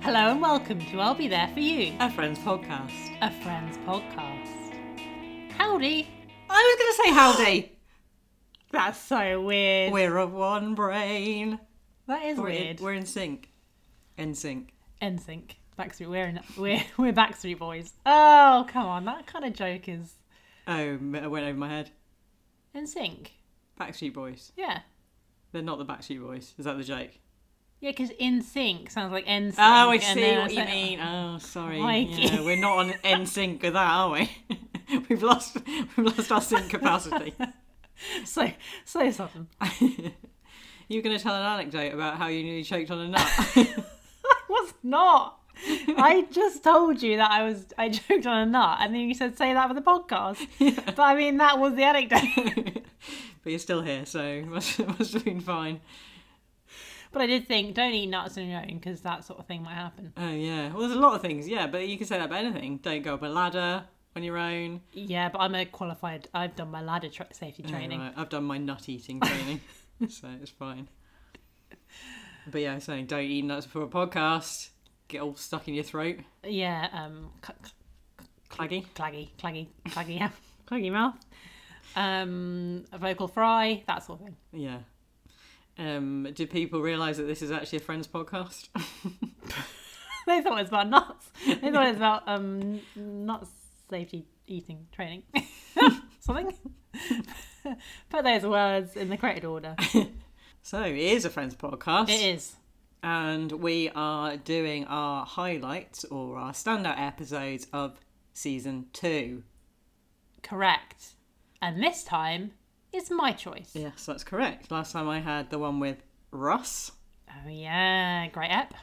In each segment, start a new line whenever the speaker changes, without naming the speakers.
Hello and welcome to I'll Be There For You,
A Friends podcast.
a Friends podcast. Howdy!
I was going to say howdy.
That's so weird.
we're of one brain.
That is
We're
weird.
In, we're in sync. In sync.
NSYNC, Backstreet, we're, in, we're, we're Backstreet Boys. Oh, come on, that kind of joke is
Oh, m- it went over my head.
NSYNC.
Backstreet Boys.
Yeah.
They're not the Backstreet Boys. Is that the joke?
Yeah, because NSYNC sounds like NSYNC.
Oh, I
and
see
then
what you
said-
mean. Oh, sorry.
Crikey.
Yeah, we're not on in sync with that, are we? we've lost. We've lost our sync capacity.
So, so something.
you were going to tell an anecdote about how you nearly choked on a nut.
was not. I just told you that I was I joked on a nut, and then you said say that for the podcast. But I mean, that was the anecdote.
but you're still here, so must must have been fine.
but I did think don't eat nuts on your own because that sort of thing might happen.
Oh yeah. Well, there's a lot of things. Yeah, but you can say that about anything. Don't go up a ladder on your own.
Yeah, but I'm a qualified. I've done my ladder tra- safety
Oh,
training.
right, I've done my nut eating training, so it's fine. But yeah, I was saying don't eat nuts before a podcast. Get all stuck in your throat.
Yeah, um, cl- cl-
Claggy.
claggy, claggy, claggy, yeah, claggy mouth. Um, a vocal fry, that sort of thing.
Yeah. Um, do people realise that this is actually a friends podcast?
They thought it was about nuts. They thought it was about um nuts safety eating training. Something. Put those words in the correct order.
so it is a friends podcast.
It is.
and we are doing our highlights or our standout episodes of season two.
Correct. And this time it's my choice.
Yes, that's correct. Last time I had the one with Russ,
Oh yeah, great app.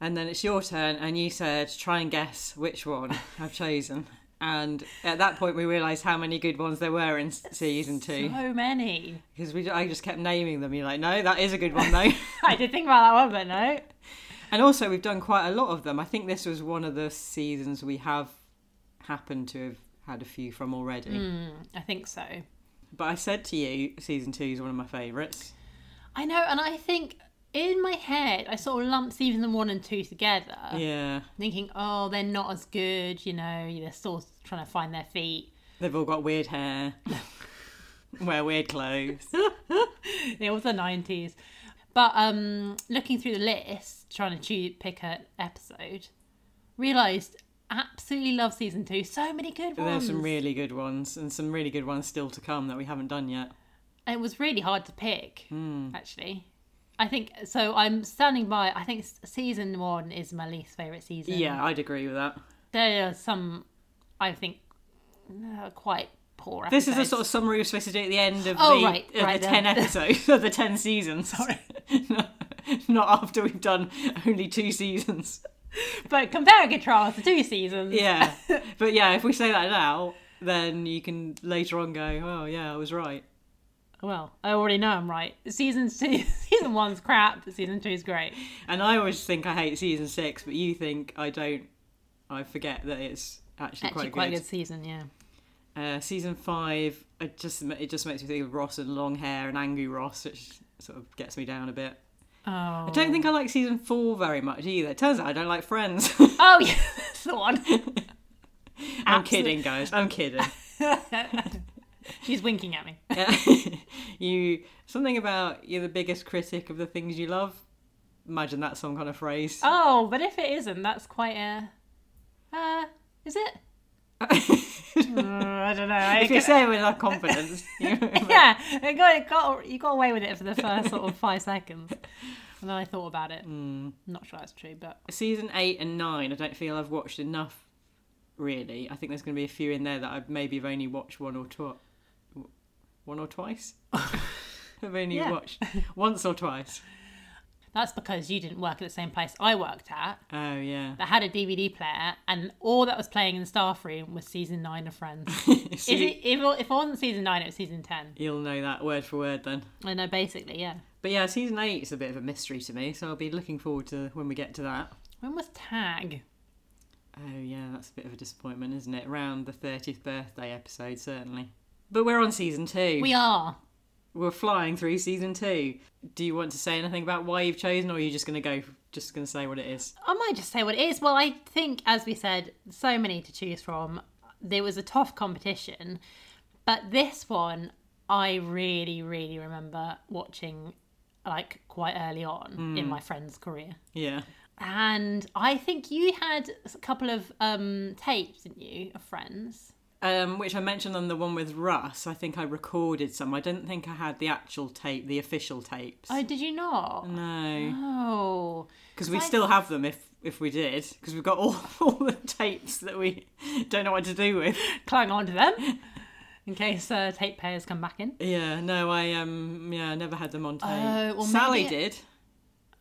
and then it's your turn, and you said try and guess which one I've chosen. And at that point, we realised how many good ones there were in s- season two
So many.
because we I just kept naming them. You're like, no, that is a good one though.
I did think about that one, but no.
and also, we've done quite a lot of them. I think this was one of the seasons we have happened to have had a few from already.
I think so.
But I said to you, season two is one of my favourites.
I know, and I think in my head I sort of lumped season one and two together.
Yeah,
Thinking, oh, they're not as good, you know, they're still trying to find their feet.
they've all got weird hair, wear weird clothes.
it was the nineties. But um, looking through the list, trying to choose, pick an episode, realised absolutely love season two. So many good
There's
ones.
some really good ones, and some really good ones still to come that we haven't done yet.
it was really hard to pick,
Hmm.
actually. I think so. I'm standing by. I think s- season one is my least favorite season.
Yeah, I'd agree with that.
there are some. I think uh, quite poor.
This is the
episodes.
sort of summary we're supposed to do at the end of
Oh,
the,
right,
of
right
the
then.
ten episodes of the ten seasons. Sorry, not after we've done only two seasons.
But compare and contrast the two seasons.
Yeah, but yeah, if we say that now, then you can later on go, oh yeah, I was right.
Well, I already know I'm right. Season two, season one's crap. Season two's great.
And I always think I hate season six, but you think I don't. I forget that it's actually,
Actually,
quite,
quite a
good.
good season. Yeah.
Uh, season five, I just it just makes me think of Ross and long hair and angry Ross, which sort of gets me down a bit.
Oh.
I don't think I like season four very much either. Turns out I don't like Friends.
Oh yeah, that's the one.
I'm kidding, guys. I'm kidding.
She's winking at me.
Yeah. you something about you're the biggest critic of the things you love. Imagine that's some kind of phrase.
Oh, but if it isn't, that's quite a. Uh, is it? Oh. Mm, I don't know.
if you say it with that confidence, you-
yeah, it got, it got you got away with it for the first sort of five seconds, and then I thought about it.
Mm.
Not sure that's true, but
season eight and nine, I don't feel I've watched enough. Really, I think there's going to be a few in there that I maybe have only watched one or two, one or twice. I've only
Yeah.
watched once or twice.
that's because you didn't work at the same place I worked at
Oh yeah,
that had a DVD player, and all that was playing in the staff room was season nine of Friends.
So
If
you,
it, if, it, if it wasn't season nine, it was season ten.
you'll know that word for word then.
I know, basically, yeah.
But yeah, season eight is a bit of a mystery to me, so I'll be looking forward to when we get to that.
When was Tag?
Oh yeah, that's a bit of a disappointment, isn't it? Round the thirtieth birthday episode, certainly. But we're on season two.
We are.
We're flying through season two. Do you want to say anything about why you've chosen, or are you just gonna go, just gonna say what it is?
I might just say what it is. Well, I think, as we said, so many to choose from. There was a tough competition, but this one I really, really remember watching like quite early on in my friend's career.
Yeah,
And I think you had a couple of um, tapes, didn't you, of friends?
um, which I mentioned on the one with Russ. I think I recorded some. I don't think I had the actual tape, the official tapes.
Oh, did you not?
no,
Oh,
because we
I-
still have them if if we did, because we've got all, all the tapes that we don't know what to do with.
clang on to them in case uh, tape payers come back in.
Yeah, no, I um, yeah, I never had them on tape.
Oh, well,
Sally
maybe-
did.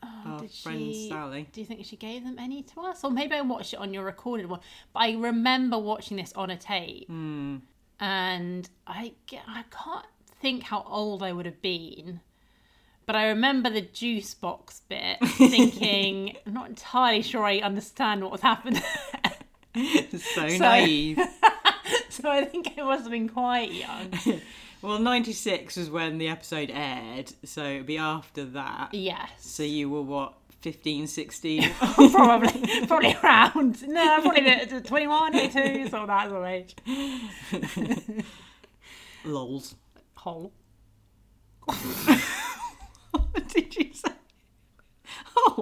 Our
did
friend
she-
Sally.
Do you think she gave them any to us? Or maybe I watched it on your recorded one. But I remember watching this on a tape.
Hmm.
And I, g- I can't think how old I would have been. But I remember the juice box bit, thinking, I'm not entirely sure I understand what was happening.
so naive.
so I think I must have been quite young.
Well, 96 was when the episode aired, so it'd be after that.
Yes.
So you were what, 15, 16?
probably probably around no probably the, the 21 22 so that's the age
Lols.
hole
what did you say? Oh.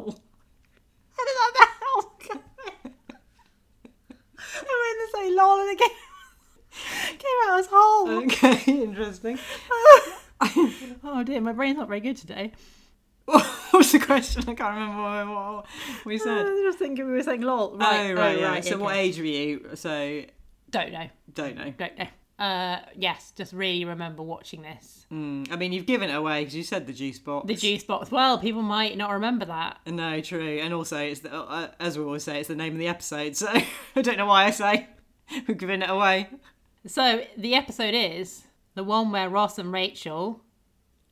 how did that hell come in? I went to say lol and it came, came out as hole
Okay, interesting.
oh dear my brain's not very good today
what was the question? I can't remember what, what we
I
said.
was just thinking we were saying lol right
oh, right,
Uh, oh,
yeah. so what
okay.
age were you? So,
don't know
don't know.
don't know uh yes just really remember watching this
Mm, I mean, you've given it away because you said the juice box.
the juice box well people might not remember that
No, true. And also, it's the, uh, as we always say, it's the name of the episode. So I don't know why I say we're giving it away.
So the episode is the one where Ross and Rachel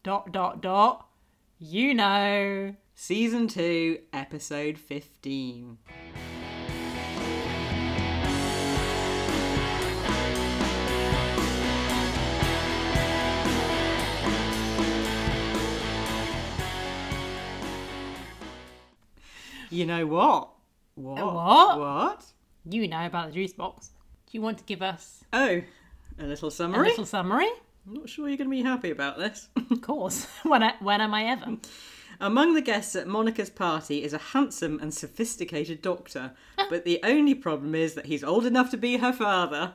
dot dot dot you know
Season 2, episode 15. You know what? What?
what?
What?
you know about the juice box. Do you want to give us
Oh, a little
a
summary.
little summary?
I'm not sure you're going to be happy about this.
Of course. when I, when am I ever?
Among the guests at Monica's party is a handsome and sophisticated doctor,
Ah.
but the only problem is that he's old enough to be her father.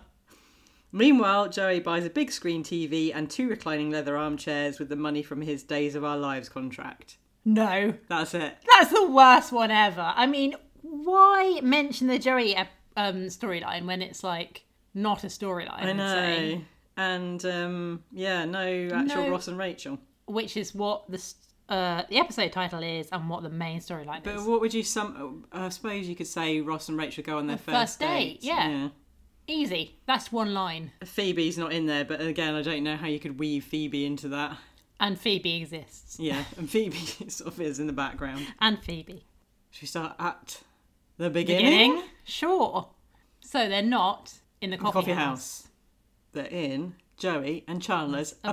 Meanwhile, Joey buys a big screen TV and two reclining leather armchairs with the money from his Days of Our Lives contract.
No.
That's it.
That's the worst one ever. I mean, why mention the Joey ep- um, storyline when it's like not a storyline?
I
I'd say?
know. And um, yeah, no actual
No.
Ross and Rachel.
Which is what the s- uh, the episode title is and what the main storyline
But
is.
what would you sum? I suppose you could say Ross and Rachel go on their first,
first date, yeah. Easy. That's one line.
Phoebe's not in there, but again, I don't know how you could weave Phoebe into that.
And Phoebe exists.
Yeah, and Phoebe sort of is in the background.
and Phoebe.
Should we start at the beginning?
Beginning? Sure. So they're not in the coffee,
Coffee
house.
house. They're in Joey and Chandler's apartment.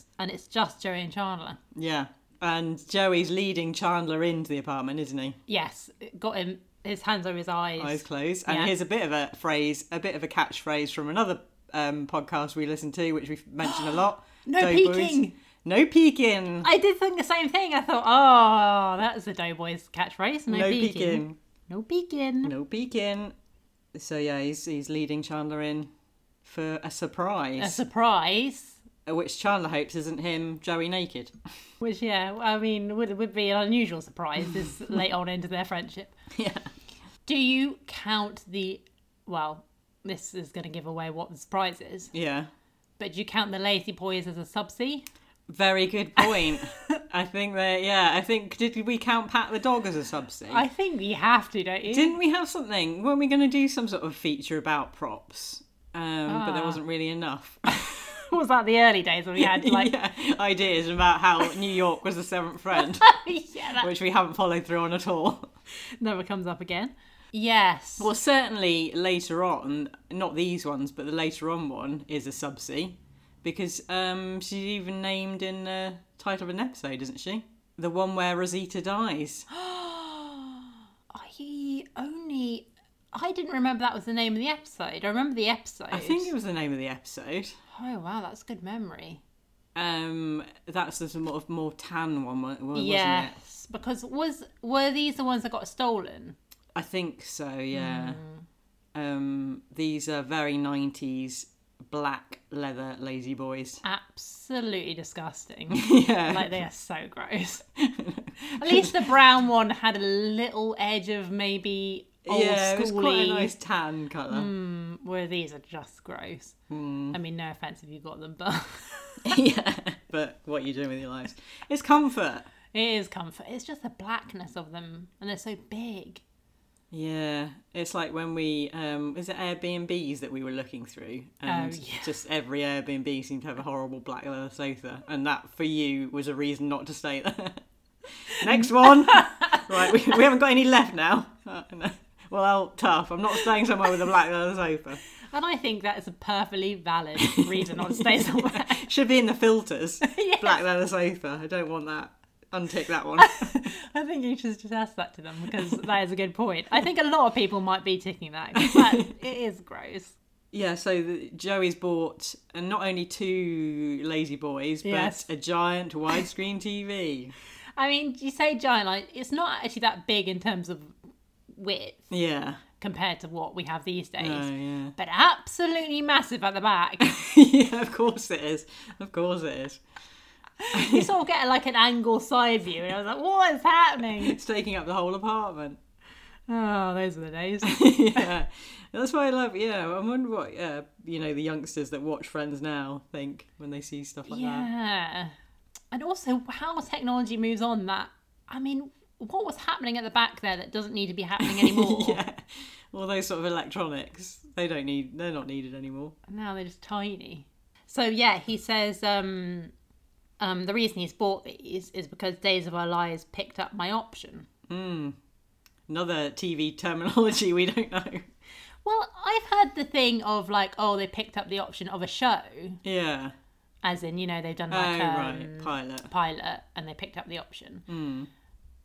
Apartment. And it's just Joey and Chandler.
Yeah. And Joey's leading Chandler into the apartment, isn't he?
Yes, it got him his hands over his eyes.
Eyes closed. And
Yeah.
here's a bit of a phrase, a bit of a catchphrase from another um, podcast we listen to, which we've mentioned a lot.
No
Doughboys.
peeking.
No peeking.
I did think the same thing. I thought, oh, that's the Doughboys catchphrase. No,
no
peeking.
peeking.
No peeking.
No peeking. So yeah, he's he's leading Chandler in for a
A
surprise,
surprise.
which Chandler hopes isn't him, Joey naked.
Which, yeah, I mean, would, would be an unusual surprise this late on into their friendship.
yeah.
Do you count the. Well, this is going to give away what the surprise is,
Yeah.
but do you count the lazy boys as a subsea?
Very good point. I think that yeah, I think did we count Pat the dog as a subsea?
I think you have to, don't you?
Didn't we have something? Weren't we going to do some sort of feature about props? Um, But there
Ah.
wasn't really enough.
was that the early days when we had like yeah,
yeah, ideas about how New York was the seventh friend,
that
which we haven't followed through on at all.
never comes up again. Yes.
Well, certainly later on, not these ones, but the later on one is a subsea because um, she's even named in the title of an episode, isn't she? The one where Rosita dies.
I only. I didn't remember that was the name of the episode. I remember the episode.
I think it was the name of the episode.
Oh wow, that's good memory.
Um, that's the sort of more tan one, wa- wa- wasn't it?
Yes, because was were these the ones that got stolen?
I think so. Yeah.
Hmm.
Um, these are very '90s black leather lazy boys.
Absolutely disgusting.
yeah.
like they are so gross. At least the brown one had a little edge of maybe old
yeah, it was quite
schooly.
a nice tan colour.
Where these are just gross.
Hmm.
I mean, no offense if you got them, but
yeah. But what you doing with your lives? It's comfort.
it is comfort. It's just the blackness of them, and they're so big.
Yeah, it's like when we um was it Airbnbs that we were looking through, and
yeah.
just every Airbnb seemed to have a horrible black leather sofa, and that for you was a reason not to stay there. Next one, right? We, we haven't got any left now. Uh, no. Well, tough. I'm not staying somewhere with a black leather sofa.
And I think that is a perfectly valid reason not to stay somewhere.
Should be in the filters.
Yes.
Black leather sofa. I don't want that. Untick that one.
I think you should just ask that to them because that is a good point. I think a lot of people might be ticking that, 'cause that it is gross.
Yeah, so the, Joey's bought and not only two lazy boys,
Yes.
but a giant widescreen TV.
I mean, you say giant, like, it's not actually that big in terms of width
Yeah.
compared to what we have these days,
Oh, yeah.
but absolutely massive at the back.
yeah, of course it is. Of course it is.
you sort of get like an angle side view, and I was like, what is happening?
It's taking up the whole apartment.
Oh, those were the days.
yeah. That's why I love, yeah. I wonder what, uh, you know, the youngsters that watch Friends now think when they see stuff like that.
yeah. And also, how technology moves on that. I mean, what was happening at the back there that doesn't need to be happening anymore?
yeah. All those sort of electronics. They don't need, they're not needed anymore.
Now they're just tiny. So yeah, he says um, um, the reason he's bought these is because Days of Our Lives picked up my option.
Another TV terminology we don't know.
Well, I've heard the thing of like, oh, they picked up the option of a show,
Yeah.
as in you know they've done
Oh,
like um,
right. Hmm. Pilot.
a pilot and they picked up the option,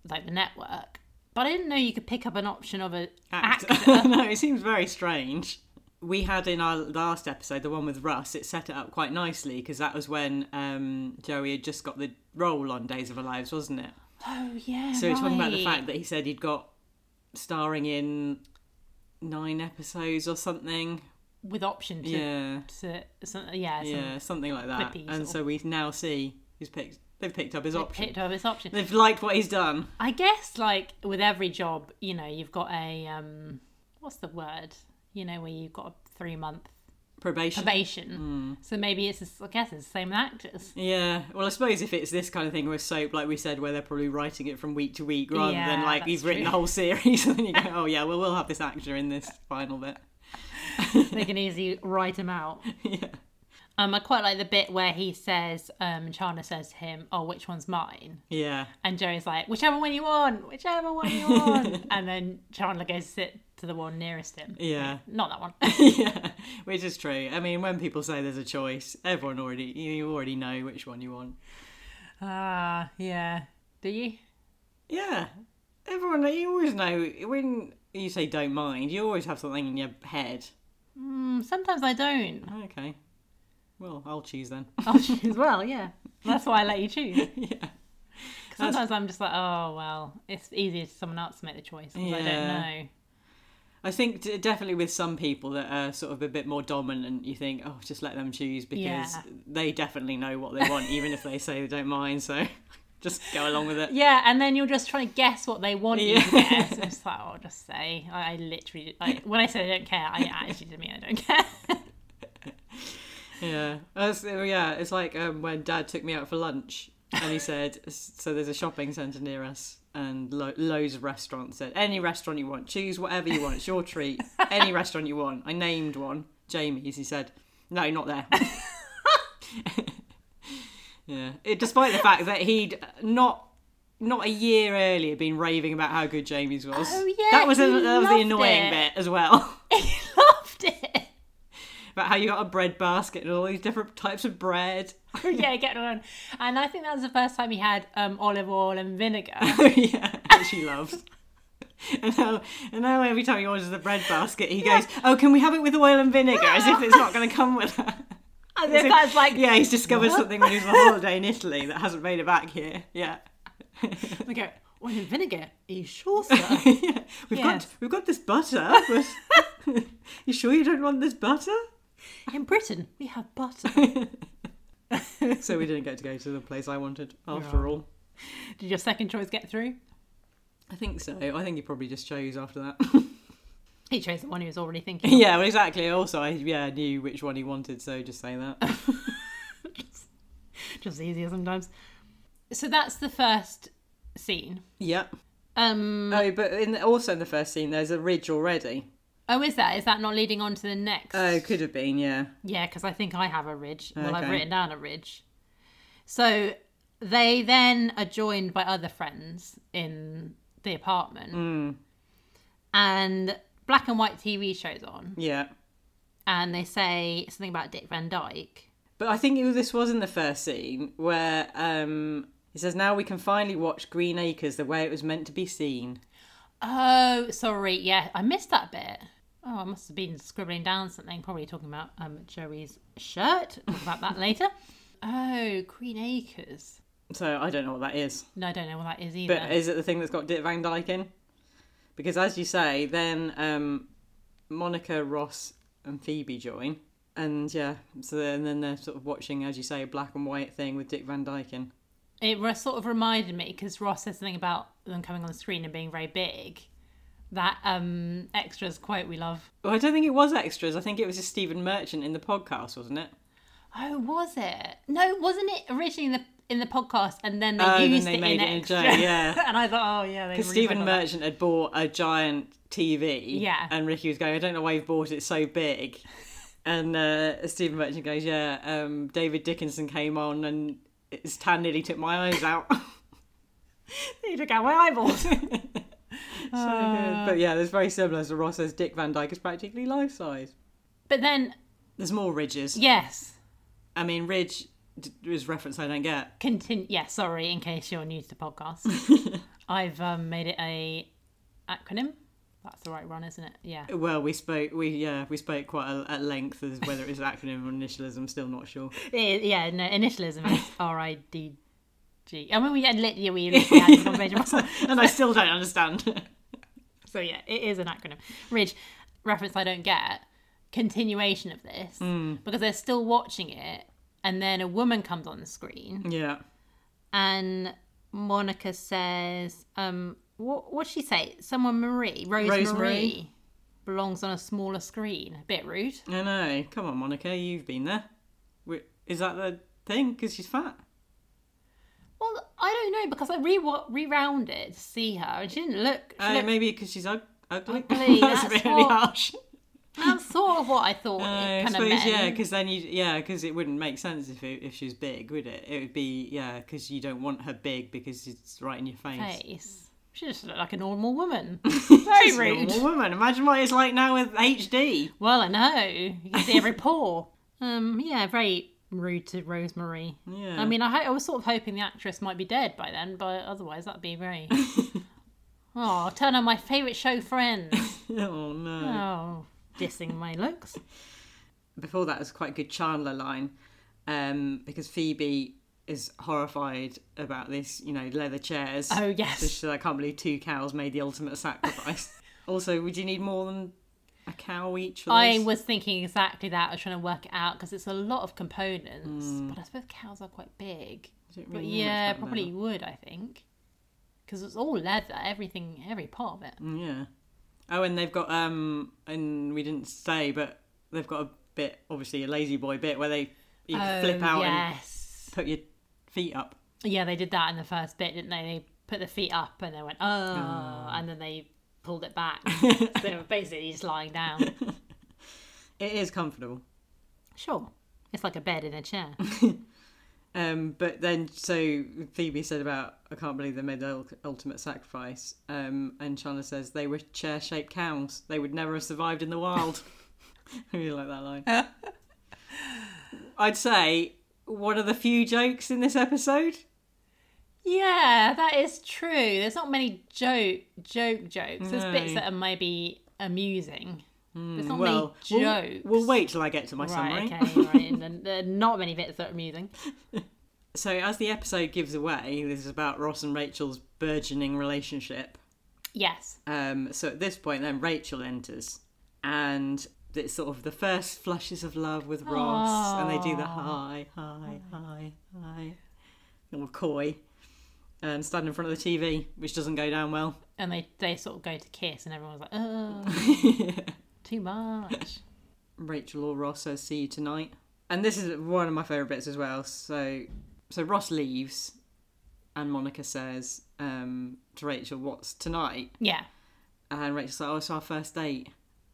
like the network. But I didn't know you could pick up an option of a
act.
actor.
no, it seems very strange. We had in our last episode, the one with Russ, it set it up quite nicely because that was when um, Joey had just got the role on Days of Our Lives, wasn't it?
Oh yeah.
So
right.
he's talking about the fact that he said he'd got starring in nine episodes or something.
with option to,
Yeah,
to, some- yeah, some-
yeah, something like that.
Clippies or-
And so we now see he's picked. They've picked up his option.
picked up this option.
They've liked what he's done.
I guess like with every job, you know, you've got a um what's the word? You know, where you've got a three month
Probation.
probation.
mm.
So maybe it's the- I guess it's the same with actors.
Yeah, well, I suppose if it's this kind of thing with soap, like we said, where they're probably writing it from week to week rather than
Yeah,
like you've
that's
written the
true.
whole series and then you go, oh yeah, well we'll have this actor in this final bit.
They can easily write them out.
yeah,
Um I quite like the bit where he says, um Chana says to him, Oh, which one's mine?
yeah,
And Joey's like, Whichever one you want, whichever one you want and then Chandler goes to sit to the one nearest him.
yeah,
Not that one.
yeah. Which is true. I mean, when people say there's a choice, everyone already you you already know which one you want.
Ah, yeah. Do you?
Yeah, everyone you always know when you say don't mind, you always have something in your head.
Mm, sometimes I don't.
Okay, well I'll choose then.
I'll choose well, yeah. That's why I let you choose.
yeah.
'Cause Sometimes I'm just like, oh well, it's easier for someone else to make the choice 'cause I don't
Yeah.
know.
I think d- definitely with some people that are sort of a bit more dominant, you think, oh, just let them choose because
Yeah.
they definitely know what they want, even if they say they don't mind. So just go along with it.
Yeah, and then you're just trying to guess what they want you
Yeah.
to guess. It's just like, oh, I'll just say. I, I literally like when I said I don't care, I actually didn't mean I don't care.
Yeah. That's- yeah. It's like um, when dad took me out for lunch and he said, so there's a shopping centre near us and lo- loads of restaurants. Said, any restaurant you want, choose whatever you want. It's your treat. Any restaurant you want. I named one, Jamie's. He said, no, not there. Yeah, it, despite the fact that he'd uh, not not a year earlier been raving about how good Jamie's was.
Oh, yeah,
that was a,
he
that was the
loved
annoying
it.
bit as well.
I loved it.
about how you got a bread basket and all these different types of bread.
yeah, get on. And I think that was the first time he had um, olive oil and vinegar.
yeah, that she loves. And now, and now every time he orders the bread basket, he goes, "Oh, can we have it with oil and vinegar?" As if it's not going to come with that.
As if that's like,
Yeah, he's discovered something when he was on holiday in Italy that hasn't made it back here. Yeah.
we go, oil and vinegar is sure, sir.
yeah. We've got
Yes.
we've got this butter. But you sure you don't want this butter?
In Britain, we have butter.
So we didn't get to go to the place I wanted after
Yeah.
all.
Did your second choice get through?
I think so. I think he probably just chose after that.
He chose the one he was already thinking.
yeah, well, exactly. Also, I yeah knew which one he wanted, so just say that.
Just easier sometimes. So that's the first scene.
yeah.
Um,
Oh, but in the, also in the first scene, there's a ridge already.
oh, is that? Is that not leading on to the next?
Oh, could have been. Yeah.
Yeah, because I think I have a ridge. Well, I've
Okay.
written down a ridge. So they then are joined by other friends in the apartment.
Mm.
And black and white TV shows on.
Yeah.
And they say something about Dick Van Dyke.
But I think it- this was in the first scene where um, he says, "Now we can finally watch Green Acres the way it was meant to be seen."
Oh, sorry. Yeah, I missed that bit. Oh, I must have been scribbling down something. Probably talking about um, Joey's shirt. Talk about that later. Oh, Green Acres.
So I don't know what that is.
No, I don't know what that is either.
But uh, is it the thing that's got Dick Van Dyke in? Because as you say, then um, Monica, Ross, and Phoebe join, and yeah, so then, and then they're sort of watching, as you say, a black and white thing with Dick Van Dyke in.
It re- sort of reminded me because Ross said something about them coming on the screen and being very big. That um extras quote we love.
Well, I don't think it was extras. I think it was just Stephen Merchant in the podcast, wasn't it?
Oh, was it? No, wasn't it originally in the in the podcast and then they
Oh, then
used
they
it in
made it in a
extra.
joke, yeah.
and I thought, oh yeah, they
Because
really
Stephen
went on that.
Merchant had bought a giant TV.
Yeah.
And Ricky was going, I don't know why you've bought it so big. And uh, Stephen Merchant goes, Yeah, um, David Dickinson came on and his tan nearly took my eyes out. So
He took out my eyeballs.
good.
Ah.
But yeah, it's very similar. So Ross says Dick Van Dyke is practically life size.
but then,
There's more ridges.
yes,
I mean, ridge d- is reference I don't get.
continue. Yeah, sorry. In case you're new to the podcast, I've um, made it a acronym. That's the right one, isn't it? Yeah.
Well, we spoke. We yeah, we spoke quite a, at length as whether it's an acronym or initialism. Still not sure.
Eh, yeah, no, initialism is R I D G. I mean, we had lit, yeah, we literally had this conversation before.
and I still don't understand.
So yeah, it is an acronym. Ridge reference I don't get. Continuation of this because they're still watching it, and then a woman comes on the screen,
yeah.
and Monica says, um, "What? What'd she say? Someone Marie Rosemary,
Rosemary.
belongs on a smaller screen. A bit rude.
I know. Come on, Monica, you've been there. Wi- Is that the thing? Because she's fat.
Well, I don't know because I re rewound it to see her, and she didn't look. She
Uh,
looked-
maybe because she's ug- ugly.
Ugly,
that's,
that's
really
what-
harsh.
That's sort of what I thought.
Uh,
it
I
kind of
suppose
meant.
yeah, because then you yeah, because it wouldn't make sense if it, if she's big, would it? It would be yeah, because you don't want her big because it's right in your face.
face. She just looked like a normal woman. Very
She's a
rude.
normal woman. Imagine what it's like now with HD.
Well, I know. You can see every pore. Um, yeah, very rude to Rosemary.
Yeah.
I mean, I, ho- I was sort of hoping the actress might be dead by then, but otherwise that'd be very. oh, turn on my favourite show, Friends.
oh no.
Oh, dissing my looks.
before that was quite a good Chandler line um, because Phoebe is horrified about this, you know, leather chairs.
Oh, yes.
So she's like, I can't believe two cows made the ultimate sacrifice. also, would you need more than a cow each for
I
this?
was thinking exactly that. I was trying to work it out because it's a lot of components, but I suppose cows are quite big.
don't
But
really know Mm. much
yeah,
about
probably you would, I think. Because it's all leather, everything, every part of it.
Yeah. Oh, and they've got, um, and we didn't say, but they've got a bit, obviously a lazy boy bit where they you flip out and
Oh, yes.
put your feet up.
Yeah, they did that in the first bit, didn't they? They put the feet up and they went, oh, and then they pulled it back. so they were basically just lying down.
It is comfortable.
Sure. It's like a bed in a chair.
Um, but then, so Phoebe said about, I can't believe they made the ul- ultimate sacrifice. Um, and Chandler says they were chair shaped cows. They would never have survived in the wild. I really like that line. I'd say one of the few jokes in this episode.
Yeah, that is true. There's not many joke joke jokes. There's bits
No. Hmm,
that are maybe amusing. There's not
Well,
many
we'll-
jokes.
We'll, wait till I get to my
right,
summary.
okay, right. And then there are not many bits that are amusing.
So, as the episode gives away, this is about Ross and Rachel's burgeoning relationship.
Yes.
Um, so, at this point, then Rachel enters, and it's sort of the first flushes of love with Ross, and they do the hi, hi, hi, hi, or coy, and stand in front of the TV, which doesn't go down well.
And they, they sort of go to kiss, and everyone's like, oh, too much.
Rachel or Ross says, "See you tonight." And this is one of my favourite bits as well. So, so Ross leaves, and Monica says um, to Rachel, "What's tonight?"
Yeah.
And Rachel's like, "Oh, it's our first date."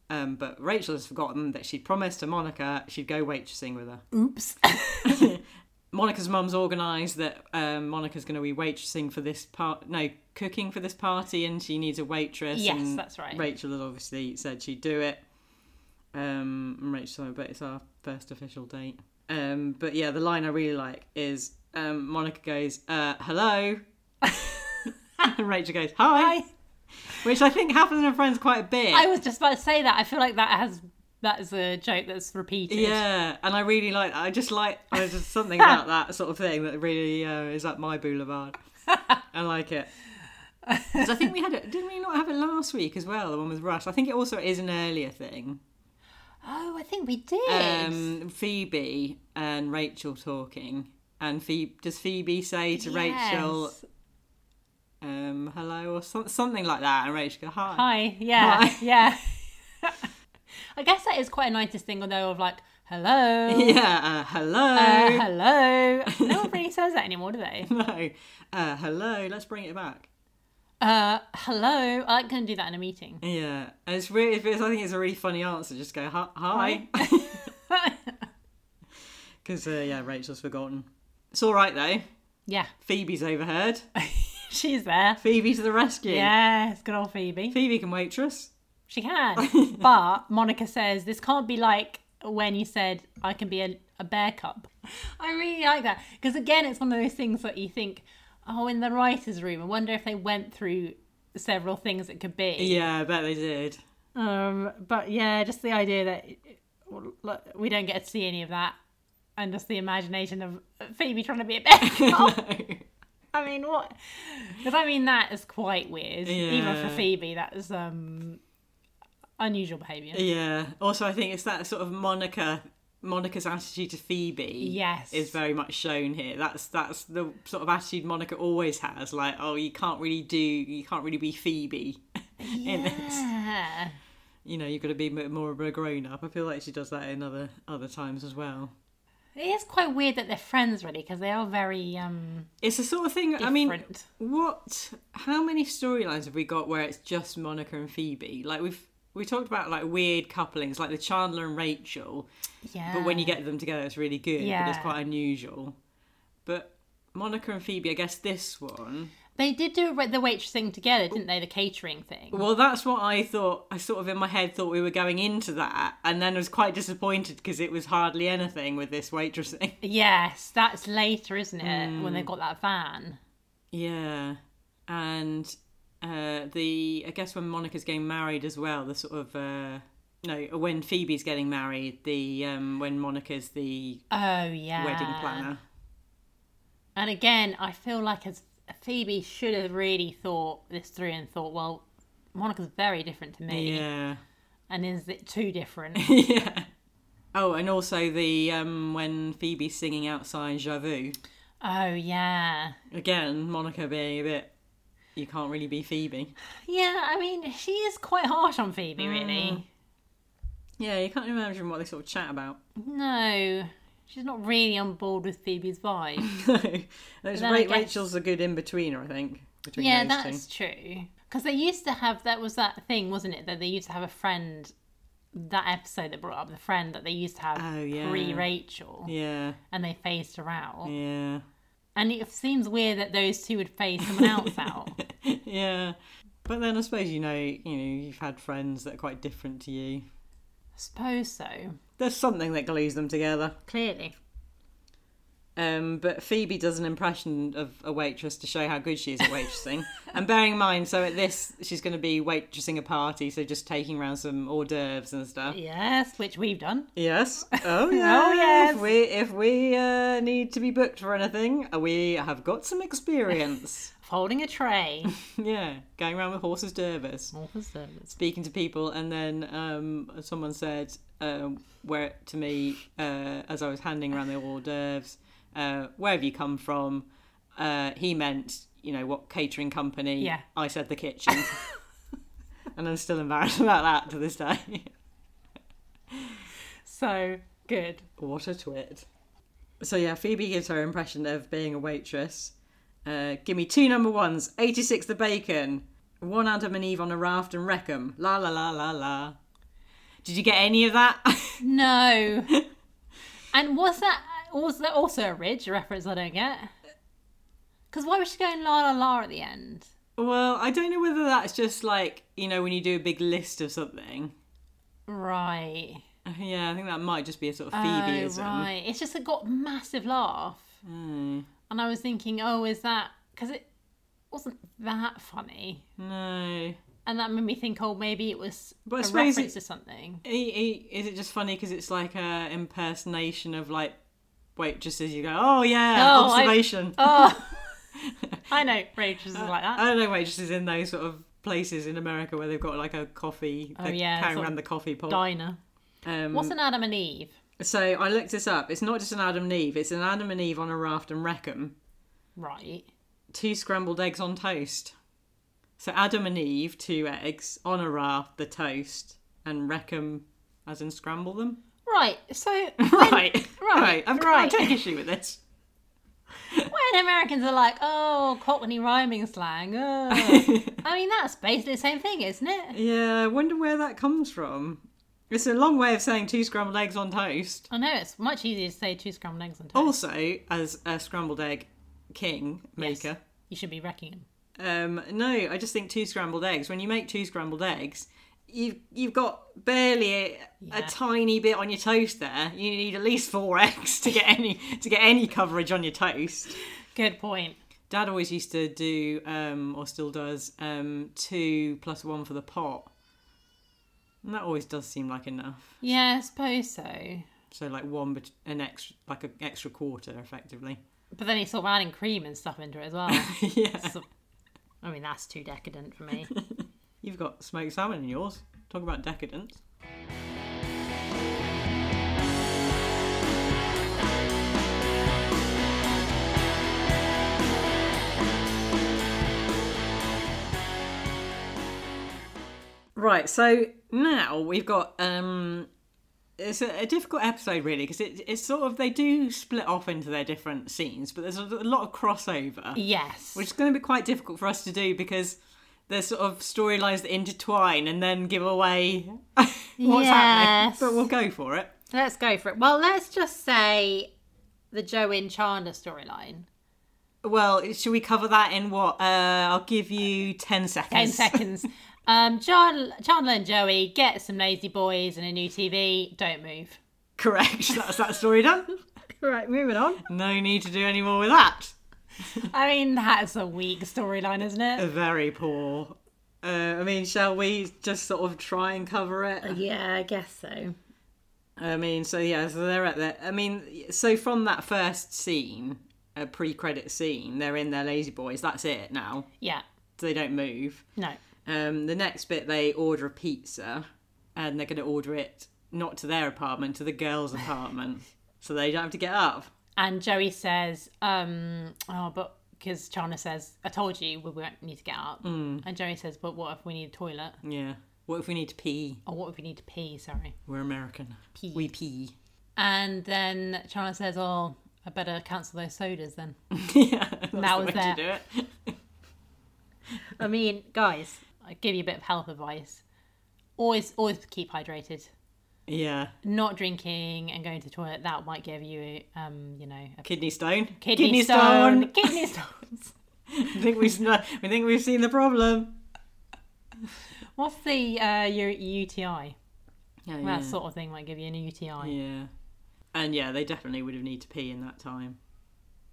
Um, but Rachel has forgotten that she promised to Monica she'd go waitressing with her.
Oops.
Monica's mum's organised that um, Monica's going to be waitressing for this part, no, cooking for this party, and she needs a waitress.
Yes,
and
that's right.
Rachel has obviously said she'd do it. Um, and Rachel, I bet it's our first official date. Um, but yeah, the line I really like is um, Monica goes, uh, "Hello," and Rachel goes, "Hi," which I think happens in Friends quite a bit.
I was just about to say that. I feel like that has that is a joke that's repeated.
Yeah, and I really like. I just like. I just something about that sort of thing that really uh, is up my boulevard. I like it. 'Cause I think we had it. Didn't we not have it last week as well? The one with Rush. I think it also is an earlier thing.
Oh, I think we did.
Um, Phoebe and Rachel talking, and Phoebe does Phoebe say to Rachel,
Yes.
um, "Hello" or so- something like that, and Rachel go, "Hi."
Hi. Yeah.
Hi.
Yeah. I guess that is quite a nicest thing, although of like, hello,
Yeah, uh, hello.
uh, hello. No one really says that anymore, do they?
no, uh, hello. Let's bring it back.
Uh, hello. I like, couldn't do that in a meeting.
Yeah, and it's really, it's, I think it's a really funny answer. Just go "Hi- hi, because uh, yeah, Rachel's forgotten. It's all right though.
yeah,
Phoebe's overheard.
she's there.
Phoebe to the rescue.
Yes, good old Phoebe.
Phoebe can waitress.
She can. but Monica says this can't be like when you said I can be a, a bear cub. I really like that because again, it's one of those things that you think, oh, in the writers' room. I wonder if they went through several things it could be.
Yeah, I bet they did.
Um, but yeah, just the idea that well, look, we don't get to see any of that, and just the imagination of Phoebe trying to be a bear cub. I mean, what? Because I mean, that is quite weird. Even for
Yeah.
Phoebe, that is um, unusual behaviour.
Yeah. Also, I think it's that sort of Monica, Monica's attitude to Phoebe.
Yes.
Is very much shown here. That's that's the sort of attitude Monica always has. Like, oh, you can't really do, you can't really be Phoebe. in this.
Yeah.
You know, you've got to be m- more of a grown up. I feel like she does that in other other times as well.
It is quite weird that they're friends, really, because they are very um,
It's the sort of thing. I
different.
mean, what? How many storylines have we got where it's just Monica and Phoebe? Like we've we talked about like weird couplings, like the Chandler and Rachel.
yeah.
But when you get them together, it's really good. But it's
Yeah.
quite unusual. But Monica and Phoebe, I guess this one.
they did do a- the waitress thing together, didn't they? The catering thing.
Well, that's what I thought. I sort of in my head thought we were going into that, and then was quite disappointed because it was hardly anything with this waitressing.
Yes, that's later, isn't it? When
Mm.
they've got that van.
Yeah, and uh, the I guess when Monica's getting married as well, the sort of uh, no when Phoebe's getting married, the um, when Monica's the
Oh yeah.
wedding planner.
And again, I feel like as Phoebe should have really thought this through and thought, well, Monica's very different to me,
Yeah,
and is it too different?
yeah. Oh, and also the um, when Phoebe's singing outside Javu
oh yeah.
again, Monica being a bit. You can't really be Phoebe.
Yeah, I mean, she is quite harsh on Phoebe,
Mm.
really.
Yeah, you can't imagine what they sort of chat about.
No, she's not really on board with Phoebe's vibe.
There's
then I
Ra-
guess-
Rachel's a good in betweener, I think. Between
yeah,
those two.
that's true. Because they used to have that was that thing, wasn't it? That they used to have a friend. That episode that brought up the friend that they used to have
Oh, yeah.
pre Rachel,
Yeah,
and they phased her out.
yeah.
And it seems weird that those two would phase someone else out.
yeah but then i suppose you know you know you've had friends that are quite different to you
Suppose so.
There's something that glues them together.
Clearly.
Um, but Phoebe does an impression of a waitress to show how good she is at waitressing. and bearing in mind, so at this, she's going to be waitressing a party, so just taking around some hors d'oeuvres and stuff.
Yes, which we've done.
Yes. Oh yeah.
yes.
If we if we uh, need to be booked for anything, we have got some experience.
Holding a tray.
yeah, going around with horses dervis,
All for service.
speaking to people, and then um, someone said um, where to me uh, as I was handing around the hors d'oeuvres, uh, where have you come from? Uh, he meant you know what catering company.
Yeah.
I said the kitchen, and I'm still embarrassed about that to this day.
So good.
What a twit. So yeah, Phoebe gives her impression of being a waitress. Uh, give me two number ones, 86 the bacon, one Adam and Eve on a raft and Wreckham. La la la la la. Did you get any of that?
No. and was that was that also a ridge a reference I don't get? Because why was she going la la la at the end?
well, I don't know whether that's just like, you know, when you do a big list of something.
Right.
Uh, Yeah, I think that might just be a sort of
Oh,
Phoebeism.
right. It's just it got massive laugh,
Mm.
and I was thinking, oh, is that because it wasn't that funny?
No.
And that made me think, oh, maybe it was
But I
a
suppose
reference
it-
to something.
I- I- E, Is it just funny because it's like a impersonation of like waitresses? You go, oh yeah,
Oh, I-
observation.
Oh, I know. Rachel's is like that.
I don't know waitresses in those sort of places in America where they've got like a coffee,
Oh,
they're
yeah,
carrying
sort
around
of
the coffee pot.
Diner.
Um,
What's an Adam and Eve?
so I looked this up. It's not just an Adam and Eve. It's an Adam and Eve on a raft and Wreckham.
Right.
Two scrambled eggs on toast. So Adam and Eve, two eggs on a raft, the toast, and Wreckham, as in scramble them.
Right. So
Right, right.
right,
I've
right.
got I take issue with this.
When Americans are like, oh, Cockney rhyming slang. oh." I mean, that's basically the same thing, isn't it?
yeah, I wonder where that comes from. It's a long way of saying two scrambled eggs on toast.
I know it's much easier to say two scrambled eggs on toast.
Also, as a scrambled egg king maker,
You should be wrecking him.
um, no, I just think two scrambled eggs. When you make two scrambled eggs, you've you've got barely a, a
Yeah.
tiny bit on your toast there. You need at least four eggs to get any to get any coverage on your toast.
Good point.
Dad always used to do, um, or still does, um, two plus one for the pot. And that always does seem like enough.
Yeah, I suppose so.
So like one, bet- an extra, like an extra quarter, effectively.
But then he's sort of adding cream and stuff into it as well.
yeah.
So- I mean, that's too decadent for me.
You've got smoked salmon in yours. Talk about decadence. Right, so now we've got um it's a, a difficult episode really because it, it's sort of they do split off into their different scenes, but there's a, a lot of crossover
yes.
which is going to be quite difficult for us to do because there's sort of storylines that intertwine and then give away what's happening.
Yes.
But we'll go for it.
Let's go for it. Well, let's just say the Joanne Chandler storyline.
Well, should we cover that in what? Uh, I'll give you ten
Ten
seconds.
seconds. Um, Chandler, Chandler and Joey get some lazy boys and a new TV. Don't move.
Correct. That's that story done.
Right, moving on.
No need to do any more with that.
I mean, that's a weak storyline, isn't it?
Very poor. Uh, I mean, shall we just sort of try and cover it?
Yeah, I guess so.
I mean, so yeah, so they're at there. I mean, so from that first scene, a pre-credit scene, they're in their lazy boys. That's it now.
Yeah,
They don't move.
no.
Um, the next bit, they order a pizza, and they're going to order it not to their apartment, to the girls' apartment, so they don't have to get up.
And Joey says, um, oh, but because Chandler says, I told you we won't need to get up. And Joey says, but what if we need a toilet?
Yeah. What if we need to pee?
Or what if we need to pee? Sorry.
We're American.
Pee.
We pee.
And then Chandler says, oh, I better cancel those sodas then.
yeah, that's the
was
way
that.
to do it.
I mean, guys, I give you a bit of health advice. Always, always keep hydrated.
Yeah,
Not drinking and going to the toilet that might give you, um, you know, a
kidney stone.
kidney, stone.
stone.
Kidney stones.
I think we've sn- we think we've seen the problem.
What's the uh, your UTI?
Oh,
That
yeah.
sort of thing might give you an UTI.
Yeah. And yeah, they definitely would have need to pee in that time.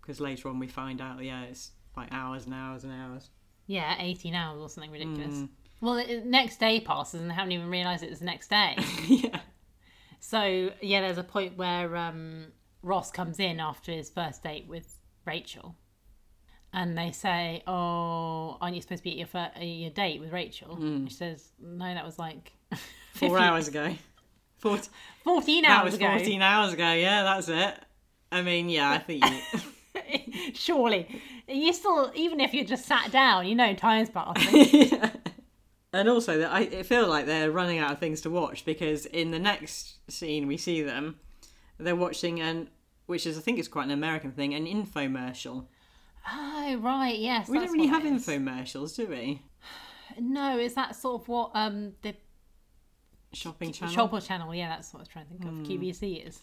Because later on we find out, yeah, it's like hours and hours and hours.
Yeah, 18 hours or something ridiculous.
Mm.
Well, the the next day passes and they haven't even realised it's the next day.
yeah.
so, yeah, there's a point where um, Ross comes in after his first date with Rachel. And they say, Oh, aren't you supposed to be at your, fir- uh, your date with Rachel? And she says, No, that was like
Mm. Four
50
hours ago. 14,
14
that
hours
was
ago.
14 hours ago. Yeah, that's it. I mean, yeah, I think you.
Surely. You still, even if you just sat down, you know time's passing.
And also, that I it feel like they're running out of things to watch because in the next scene we see them, they're watching an which is I think it's quite an American thing, an infomercial.
oh, right, yes.
We
that's
don't really
what
have
it is.
infomercials, do we?
No, is that sort of what um the
Shopping channel. Hmm.
Shopper channel? Yeah, that's what I was trying to think of. QVC is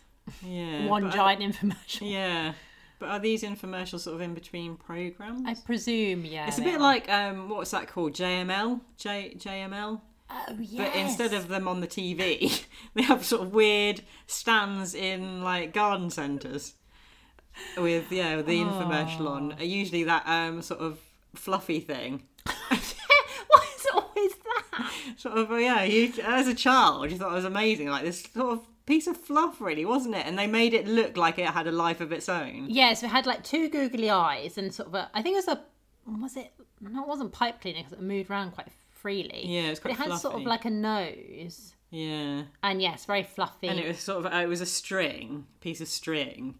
Yeah.
one
but I-
giant infomercial.
yeah, but are these infomercials sort of in between programs?
I presume, yeah.
it's a
they
bit
are.
like um, what's that called? JML, J JML.
oh yes.
But instead of them on the TV, they have sort of weird stands in like garden centres with yeah with the infomercial on. Usually that um sort of fluffy thing.
why is it always that?
Sort of oh, yeah. You as a child, you thought it was amazing, like this sort of piece of fluff, really, wasn't it? And they made it look like it had a life of its own.
Yeah, so it had like two googly eyes and sort of a. I think it was a. Was it? No, it wasn't pipe cleaner because it moved around quite freely.
Yeah, it's
But
quite
it had
fluffy.
sort of like a nose,
yeah,
and yes, very fluffy.
and it was sort of uh, it was a string piece of string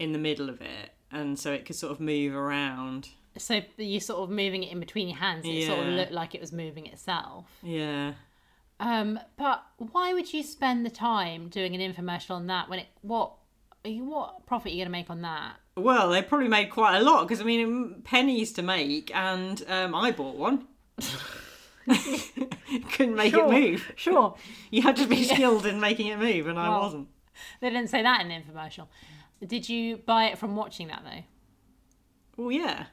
in the middle of it, and so it could sort of move around.
so you're sort of moving it in between your hands. It sort of
Yeah.
looked like it was moving itself.
Yeah.
Um, but why would you spend the time doing an infomercial on that when it what what profit are you going to make on that?
Well, they probably made quite a lot because I mean, pennies to make, and um, I bought one. Couldn't make
Sure.
it move.
Sure,
You had to be skilled in making it move, and I
Well.
wasn't.
they didn't say that in the infomercial. Did you buy it from watching that though?
Well, yeah.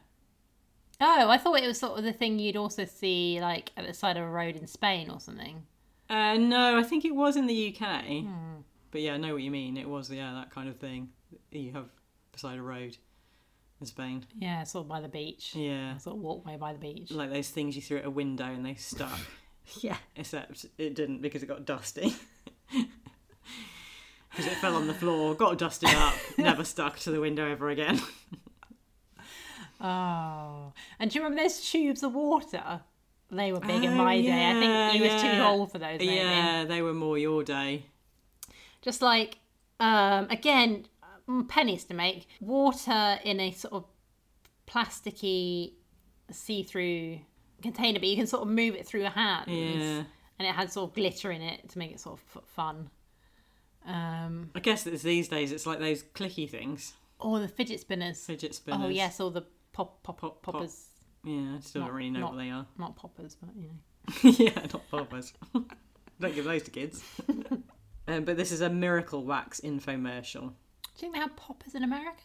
Oh, I thought it was sort of the thing you'd also see like at the side of a road in Spain or something.
Uh, no, I think it was in the UK.
Hmm.
But yeah, I know what you mean. It was, yeah, that kind of thing that you have beside a road in Spain.
Yeah, sort of by the beach,
Yeah.
sort of walkway by the beach.
Like those things you threw at a window and they stuck,
Yeah,
except it didn't because it got dusty. Because it fell on the floor, got dusted up, never stuck to the window ever again.
Oh, and do you remember those tubes of water? They were big in
Oh,
my day. I
yeah,
think you was too
yeah.
old for those. Maybe.
Yeah, they were more your day.
just like um again um, pennies to make water in a sort of plasticky see-through container but you can sort of move it through your hands
Yeah.
and it had sort of glitter in it to make it sort of f- fun um
I guess it's these days. It's like those clicky things,
or the fidget spinners
fidget spinners.
oh yes or the pop pop,
Pop- pop.
poppers
Yeah, I still
Not-
don't really know
not-
what they are.
not poppers but you know
yeah, not poppers. don't give those to kids. um, but this is a miracle wax
do
infomercial.
you think they have poppers in america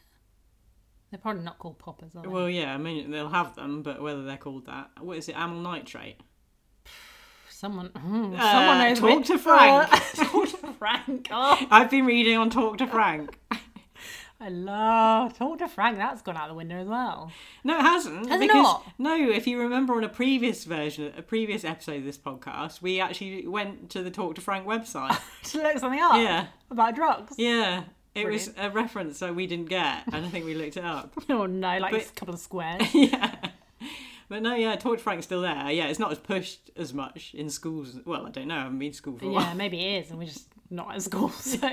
they're probably not called poppers are they
Well, yeah, I mean they'll have them, but whether they're called that, what is it, amyl nitrate?
someone hmm, someone knows
uh, talk
which-
to Frank.
Uh, talk to frank oh
I've been reading on Talk to Frank.
I love Talk to Frank. That's gone out the window as well.
No, it hasn't.
Has it
because,
not?
No, if you remember on a previous version, a previous episode of this podcast, we actually went to the Talk to Frank website.
To look something up
yeah,
about drugs.
yeah. It was a reference that we didn't get, and I think we looked it up.
Oh no, like
But-
a couple of squares.
yeah. But no, yeah, Talk to Frank's still there. Yeah, it's not as pushed as much in schools. Well, I don't know. I haven't been to school for a
yeah,
while.
maybe it is, and we're just not at school. So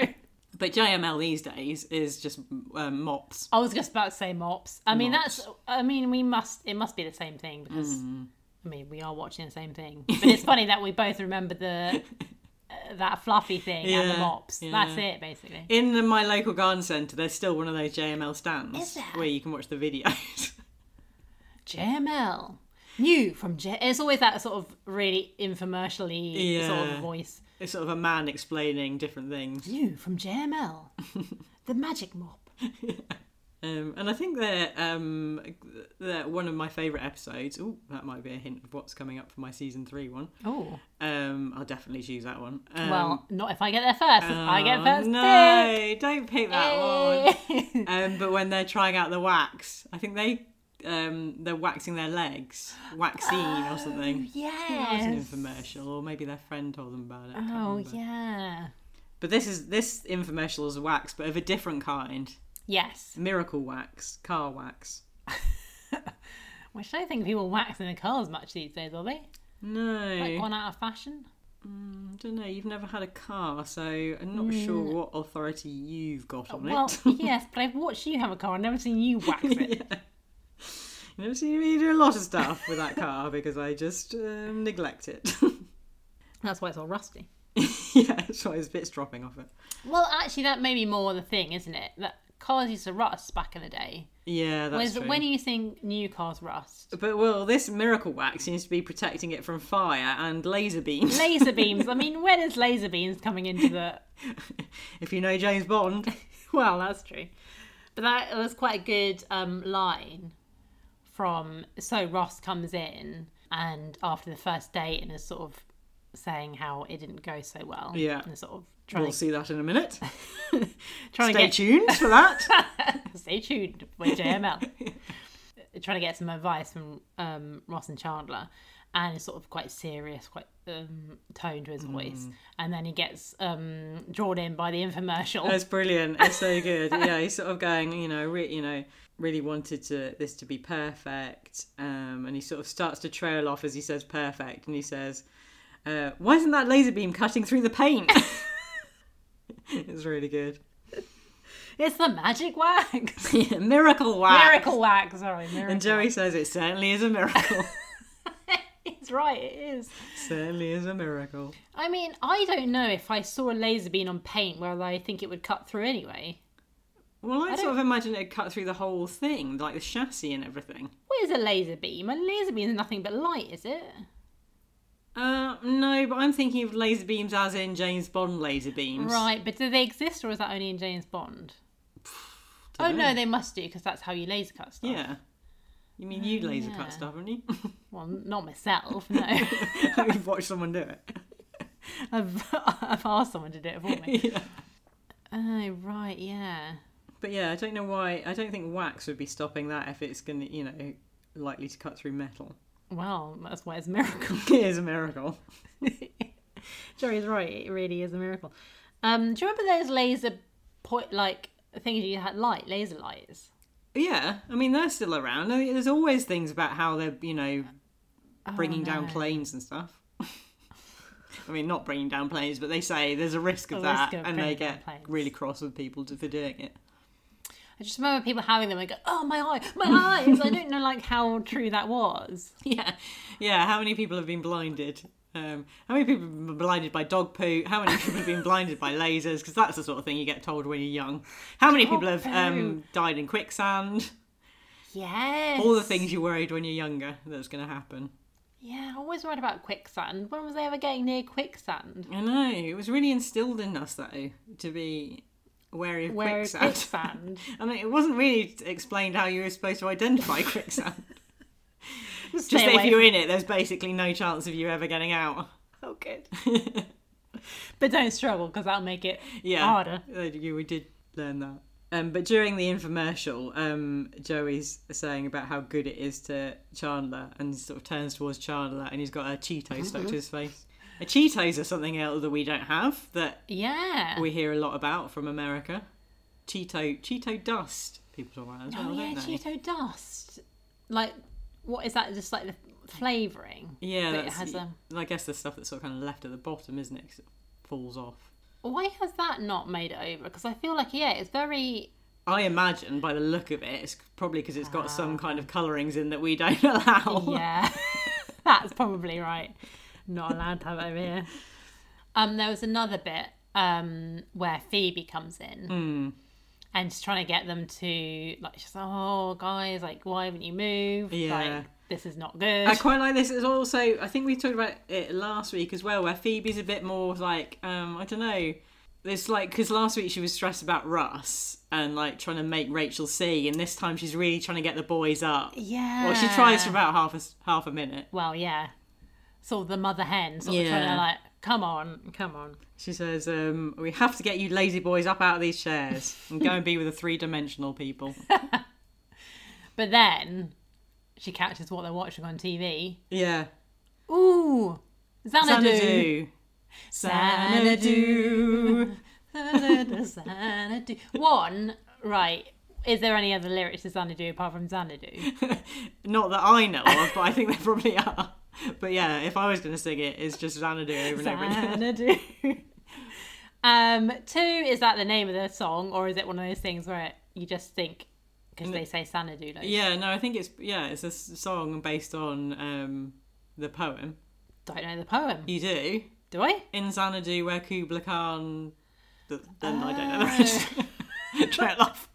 But JML these days is just um, mops.
I was just about to say mops. I mean,
Mops. Mm.
that's. I mean, we must. It must be the same thing because. I mean, we are watching the same thing, but it's funny that we both remember the uh, that fluffy thing and the
Yeah,
mops. That's
yeah.
it, basically.
In the, my local garden centre, there's still one of those JML stands
Is there?
where you can watch the videos.
JML, new from J. It's always that sort of really infomercially sort
Yeah.
of voice.
it's sort of a man explaining different things.
You from JML, the magic mop.
Um, and I think they're, um, they're one of my favourite episodes. Oh, that might be a hint of what's coming up for my season three one.
Oh.
Um, I'll definitely choose that one. Um,
well, not if I get there first. I get
oh,
first.
No, don't pick that one.
pick. Yay.
Um, but when they're trying out the wax, I think they um, they're waxing their legs, waxing or something. I think
Oh, yes.
That was an infomercial, or maybe their friend told them about it. I can't
Oh
remember.
yeah.
But this is this infomercial is wax, but of a different kind.
Yes.
Miracle wax, car wax.
Which I don't think people wax in the cars much these days, are they?
No,
Like gone out of fashion.
I don't know. You've never had a car, so I'm not sure what authority you've got on
Mm. Oh, Well,
it.
yes, but I've watched you have a car. I've never seen you wax it.
yeah. You never seen me do a lot of stuff with that car because I just um, neglect it.
That's why it's all rusty.
yeah, that's why there's bits dropping off it.
Well, actually, that may be more the thing, isn't it? That cars used to rust back in the day.
Yeah, that's
Whereas
true.
when you think new cars rust,
But well, this miracle wax seems to be protecting it from fire and laser beams.
laser beams. I mean, when is laser beams coming into the?
if you know James Bond,
Well, that's true. But that was quite a good um, line from. So Ross comes in, and after the first date, and is sort of saying how it didn't go so well.
Yeah.
and sort of trying
we'll see that in a minute.
trying
Stay
to
tuned for that.
get stay tuned with JML. trying to get some advice from um, Ross and Chandler, and it's sort of quite serious, quite um, tone to
Mm.
his voice, and then he gets um, drawn in by the infomercial.
That's brilliant. It's so good. Yeah, he's sort of going, you know, re- you know, really wanted to this to be perfect, um, and he sort of starts to trail off as he says perfect, and he says, uh, "Why isn't that laser beam cutting through the paint?" it's really good.
It's the magic wax.
Yeah, miracle wax.
Miracle wax, sorry. Miracle.
And Joey says it certainly is a miracle.
He's right, it is.
certainly is a miracle.
I mean, I don't know if I saw a laser beam on paint whether I think it would cut through anyway.
Well, I, sort of imagine it cut through the whole thing, like the chassis and everything.
What is a laser beam? A laser beam is nothing but light, is it?
Uh, no, but I'm thinking of laser beams as in James Bond laser beams.
Right, but do they exist or is that only in James Bond? Oh
Dunno.
no, they must do because that's how you laser cut stuff.
Yeah. You mean you laser cut stuff, haven't you?
Well, n- not myself, no.
I've watched someone do it.
I've, I've asked someone to do it for me.
Yeah.
Oh, right, yeah.
But yeah, I don't know why. I don't think wax would be stopping that if it's going to, you know, likely to cut through metal.
Well, that's why it's a miracle.
it is a miracle.
Jerry's right. It really is a miracle. Um, do you remember those laser point like things you had light laser lights?
Yeah, I mean, they're still around. I mean, There's always things about how they're, you know, bringing down
no.
planes and stuff. I mean, not bringing down planes, but they say there's a risk of
A risk
that,
of
and they
bringing down
get
planes.
really cross with people d- for doing it.
I just remember people having them and go, "Oh my eye, my eyes!" I don't know like how true that was.
Yeah, yeah. How many people have been blinded? Um, how many people have been blinded by dog poo? How many people have been blinded by lasers? Because that's the sort of thing you get told when you're young. How many people
Dog
have um, died in quicksand?
Yes.
All the things you worried when you're younger that's going to happen.
Yeah, I always worried about quicksand. When was I ever getting near quicksand?
I know. It was really instilled in us though to be wary of
Where is
quicksand.
quicksand?
I mean, it wasn't really explained how you were supposed to identify quicksand.
Just
Just that if you're in it, there's basically no chance of you ever getting out.
Oh, good. but don't struggle because that'll make it
Yeah,
harder.
Uh, you- We did learn that. Um, but during the infomercial, um, Joey's saying about how good it is to Chandler, and he sort of turns towards Chandler, and he's got a Cheeto stuck to
Mm-hmm.
his face. A Cheetos are something else that we don't have that
Yeah.
we hear a lot about from America. Cheeto, Cheeto dust. People talk about that as well,
Oh yeah,
don't they?
Cheeto dust. Like, what is that? Just like the flavouring.
Yeah,
that it
that's,
has um, a-
I guess the stuff that's sort of kind of left at the bottom, isn't it? 'Cause it falls off.
Why has that not made it over? Because I feel like yeah, it's very
I imagine by the look of it, it's probably because it's got
Ah.
some kind of colourings in that we don't allow.
yeah. that's probably right. Not allowed to have it over here. Um, there was another bit um where Phoebe comes in.
Hmm.
And she's trying to get them to like, she's like, oh guys, like why haven't you moved?
Yeah.
Like this is not good.
I quite like this. It's also, I think we talked about it last week as well, where Phoebe's a bit more like, um, I don't know, It's like because last week she was stressed about Russ and like trying to make Rachel see, and this time she's really trying to get the boys up.
Yeah.
Well, she tries for about half a s- half a minute.
Well, yeah. Sort of the mother hen, sort of trying
Yeah.
to like, come on, come on.
She says, um, "We have to get you lazy boys up out of these chairs and go and be with the three dimensional people."
But then she catches what they're watching on TV.
Yeah,
Ooh, Xanadu.
Xanadu, Xanadu.
Xanadu. Xanadu. One, right. Is there any other lyrics to Xanadu apart from Xanadu?
Not that I know of, but I think there probably are. But yeah, if I was going to sing it, it's just Xanadu over and over again.
Xanadu. um, two, is that the name of the song or is it one of those things where you just think because they say Xanadu? Like,
Yeah, no, I think it's yeah, it's a s- song based on um, the poem.
Don't know the poem.
You do
Do I?
in Xanadu where Kubla Khan. Th- Then I don't know the rest. Try it off.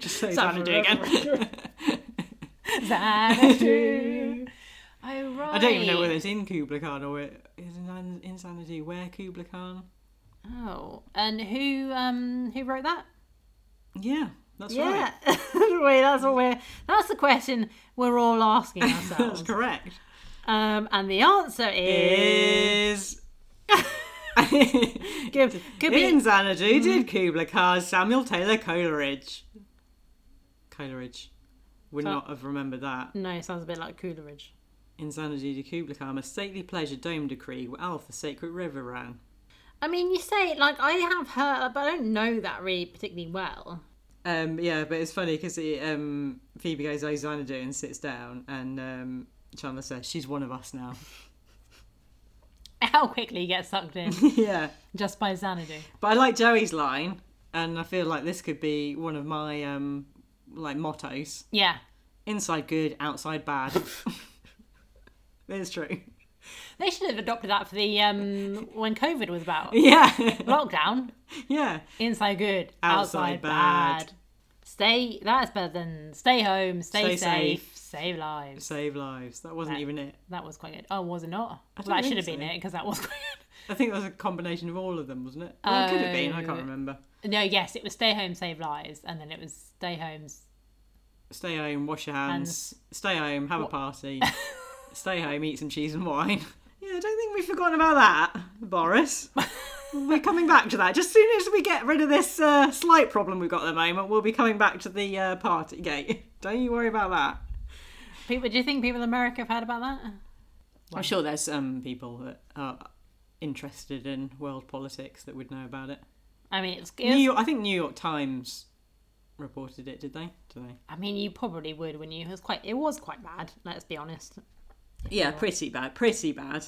Just say Xanadu again.
Xanadu. Oh, right.
I don't even know whether it's in Kubla Khan or it is in Xan- in Xanadu where Kubla Khan.
Oh, and who um who wrote that?
Yeah, that's right.
Wait, that's what we're that's the question we're all asking
That's
ourselves.
correct.
um, and the answer is
Is
Good- good
in
bit.
Xanadu did Kubla Khan Samuel Taylor Coleridge. Coleridge would
So-
not have remembered that.
no, sounds a bit like Coleridge.
In Xanadu did Kubla Khan a stately pleasure dome decree where Alpha sacred river ran.
I mean, you say it like I have heard, but I don't know that really particularly well.
Um, yeah, but it's funny because um, Phoebe goes oh Xanadu and sits down, and um, Chandler says she's one of us now.
How quickly you get sucked in
yeah,
just by Xanadu.
but I like Joey's line, and I feel like this could be one of my um, like mottos.
Yeah,
Inside good, outside bad. it's true.
they should have adopted that for the um when COVID was about
Yeah.
lockdown.
yeah.
Inside good,
Outside
outside,
bad.
bad. Stay. That's better than stay home, stay,
Stay
safe,
safe.
save lives.
Save lives. That wasn't even it.
That was quite good. Oh, was it not?
I don't
Well, that should
think
have been
so.
it because that was quite good.
I think that was a combination of all of them, wasn't it? Well, it could have been. I can't
Oh.
remember.
No, yes, it was stay home, save lives, and then it was stay homes.
Stay home, wash your hands. Stay home, have a party. Stay home, eat some cheese and wine. Yeah, I don't think we've forgotten about that, Boris. We're coming back to that. Just as soon as we get rid of this uh, slight problem we've got at the moment, we'll be coming back to the uh, party gate. Don't you worry about that.
People, do you think people in America have heard about that?
I'm sure there's some people that are interested in world politics that would know about it.
I mean, it's.
New
it's
York, I think New York Times reported it, did they? Today.
I mean, you probably would, wouldn't you? It was quite. It was quite bad. Let's be honest.
Yeah, pretty bad. Pretty bad.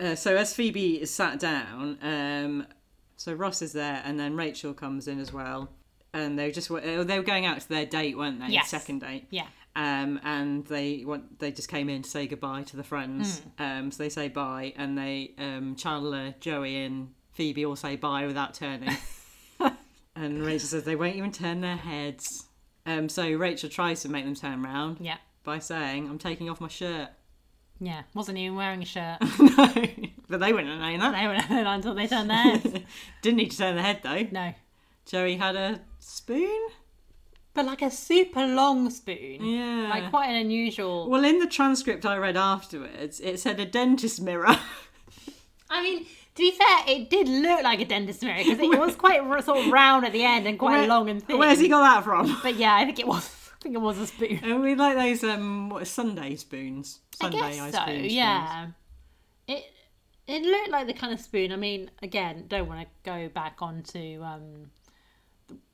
Uh, so as Phoebe is sat down, um, so Ross is there, and then Rachel comes in as well, and they just were- oh, they were going out to their date, weren't they?
Yes.
Second date.
Yeah.
Um, and they want they just came in to say goodbye to the friends.
Hmm.
Um, so they say bye, and they um, Chandler, Joey, and Phoebe all say bye without turning. and Rachel says they won't even turn their heads. Um, so Rachel tries to make them turn round
Yeah.
by saying, "I'm taking off my shirt."
Yeah. Wasn't even wearing a shirt.
no, but they wouldn't have known that.
they were not until they turned their heads.
Didn't need to turn the head though.
No.
Joey had a spoon.
But like a super long spoon.
Mm. Yeah.
Like quite an unusual.
well, in the transcript I read afterwards, it said a dentist mirror.
I mean, to be fair, it did look like a dentist mirror because it was quite r- sort of round at the end and quite
Where-
long and thin.
Where's he got that from?
But yeah, I think it was. I think it was a spoon.
And we like those um what Sunday spoons. Sunday
I guess
ice
so.
cream spoons.
yeah. It it looked like the kind of spoon. I mean, again, don't want to go back onto um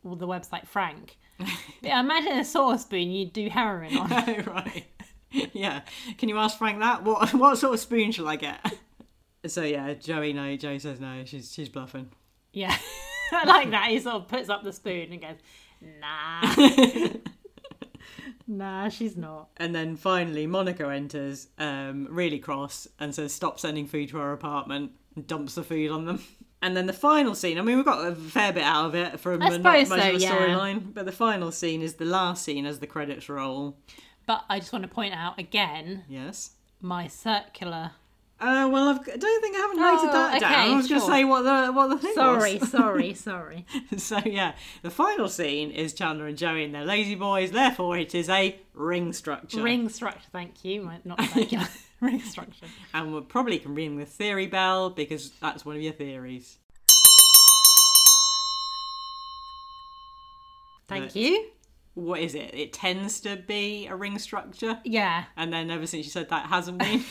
the, the website Frank. But I imagine a sort of spoon you'd do heroin on.
Oh, right. Yeah. Can you ask Frank that? What what sort of spoon shall I get? So yeah, Joey no, Joey says no, she's she's bluffing.
yeah, I like that. He sort of puts up the spoon and goes, "Nah, nah, she's not."
And then finally Monica enters, um, really cross, and says stop sending food to her apartment and dumps the food on them. And then the final scene, I mean we've got a fair bit out of it from
I
uh, not
suppose
much
so,
of a
yeah.
storyline. But the final scene is the last scene as the credits roll.
But I just want to point out again
Yes.
my circular
Uh, well, I've, I don't think I haven't noted
Oh,
that down.
okay,
I was
sure.
going to say what the what the thing
Sorry,
was.
sorry, sorry.
so yeah, the final scene is Chandler and Joey and their lazy boys. Therefore, it is a ring structure.
Ring structure, thank you. My- Not thank you. Ring structure.
and we probably can ring the theory bell because that's one of your theories.
Thank
Right.
you.
What is it? It tends to be a ring structure,
Yeah.
and then ever since you said that, it hasn't been.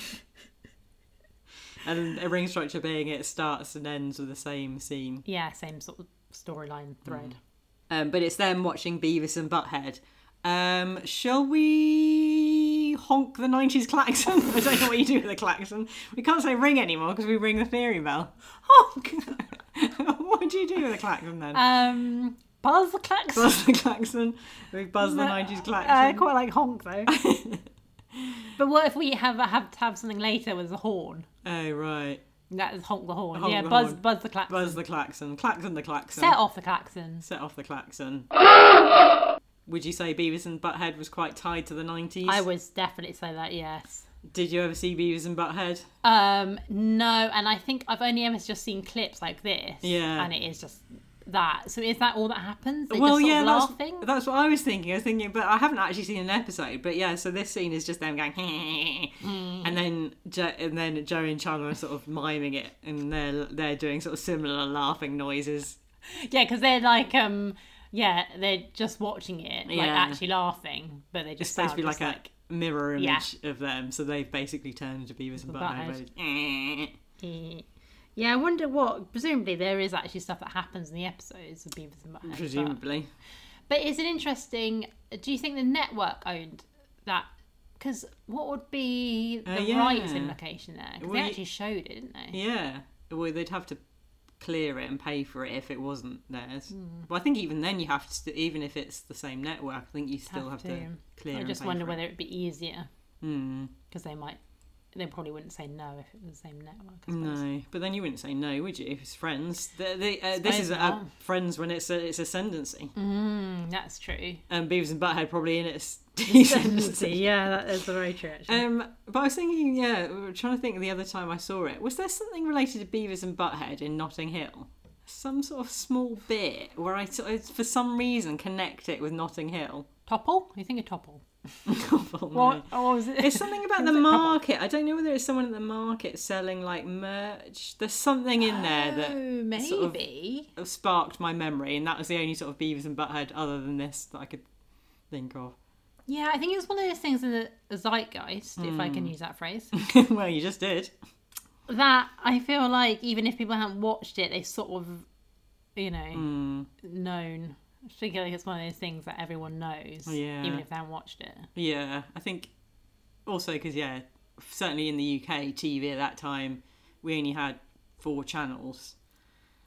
and a ring structure being it starts and ends with the same scene.
Yeah, same sort of storyline thread.
Um, but it's them watching Beavis and Butthead. Um, shall we honk the 90s klaxon? I don't know what you do with a klaxon. We can't say ring anymore because we ring the theory bell. Honk! what do you do with a klaxon then?
Um, buzz the klaxon.
Mm. buzz the klaxon. We buzz the
uh,
90s
I
klaxon.
quite like honk though. but what if we have have to have something later with a horn?
oh, right.
That is honk the horn.
Honk
yeah,
the
buzz
horn.
buzz the klaxon.
Buzz the klaxon. Klaxon the klaxon.
Set off the klaxon.
Set off the klaxon. Would you say Beavis and Butthead was quite tied to the 90s?
I would definitely say that. Yes.
Did you ever see Beavis and Butthead?
Um, no, and I think I've only ever just seen clips like this.
Yeah.
And it is just that. So is that all that happens? They
well,
just sort
yeah,
of
that's,
laughing.
that's what I was thinking. I was thinking, but I haven't actually seen an episode. But yeah, so this scene is just them going,
Mm.
and then jo- and then Joe and Chandler are sort of miming it, and they're they're doing sort of similar laughing noises.
Yeah, because they're like, um, yeah, they're just watching it, like
Yeah.
actually laughing, but they
It's
just
supposed to be
sound
like
just
a mirror
Yeah.
image of them, so they've basically turned to Beavis and
Butthead.
Butthead. where they-
Eh. Yeah, I wonder what. Presumably, there is actually stuff that happens in the episodes of Beavis and Butthead. But,
Presumably,
but it's an interesting. Do you think the network owned that? Because what would be the
Uh, yeah.
rights implication there? 'Cause
Well,
they
you-
actually showed it, didn't they?
yeah. Well, they'd have to clear it and pay for it if it wasn't theirs.
Hmm.
Well, I think even then you have to, st- even if it's the same network, I think you still have,
Have
to,
to.
clear.
I
and
just
pay
wonder
for it.
whether it'd be easier
Hmm.
because they might. They probably wouldn't say no if it was the same network. I suppose.
No, but then you wouldn't say no, would you? It's friends. The, the, uh, this
Suppose
is uh,
not.
friends when it's a, it's ascendancy,
Mm, that's true.
and Beavis and Butthead probably in its descendancy.
yeah, that is very true. actually.
um, but I was thinking, yeah, we were trying to think of the other time I saw it. Was there something related to Beavis and Butthead in Notting Hill? Some sort of small bit where I, sort of- for some reason, connect it with Notting Hill.
topple? You think of topple?
Awful, no.
What? Oh, what was it?
It's something about the
Is it couple?
market. I don't know whether it's someone at the market selling like merch. There's something in there that
Oh, maybe.
sort of- sparked my memory, and that was the only sort of Beavis and Butthead other than this that I could think of.
Yeah, I think it was one of those things in the the zeitgeist, if I
Hmm.
can use that phrase.
well, you just did.
that I feel like even if people haven't watched it, they sort of, you know,
Hmm.
known. I think like it's one of those things that everyone knows,
Oh, Yeah.
even if they haven't watched it.
Yeah, I think also because yeah, certainly in the UK TV at that time, we only had four channels,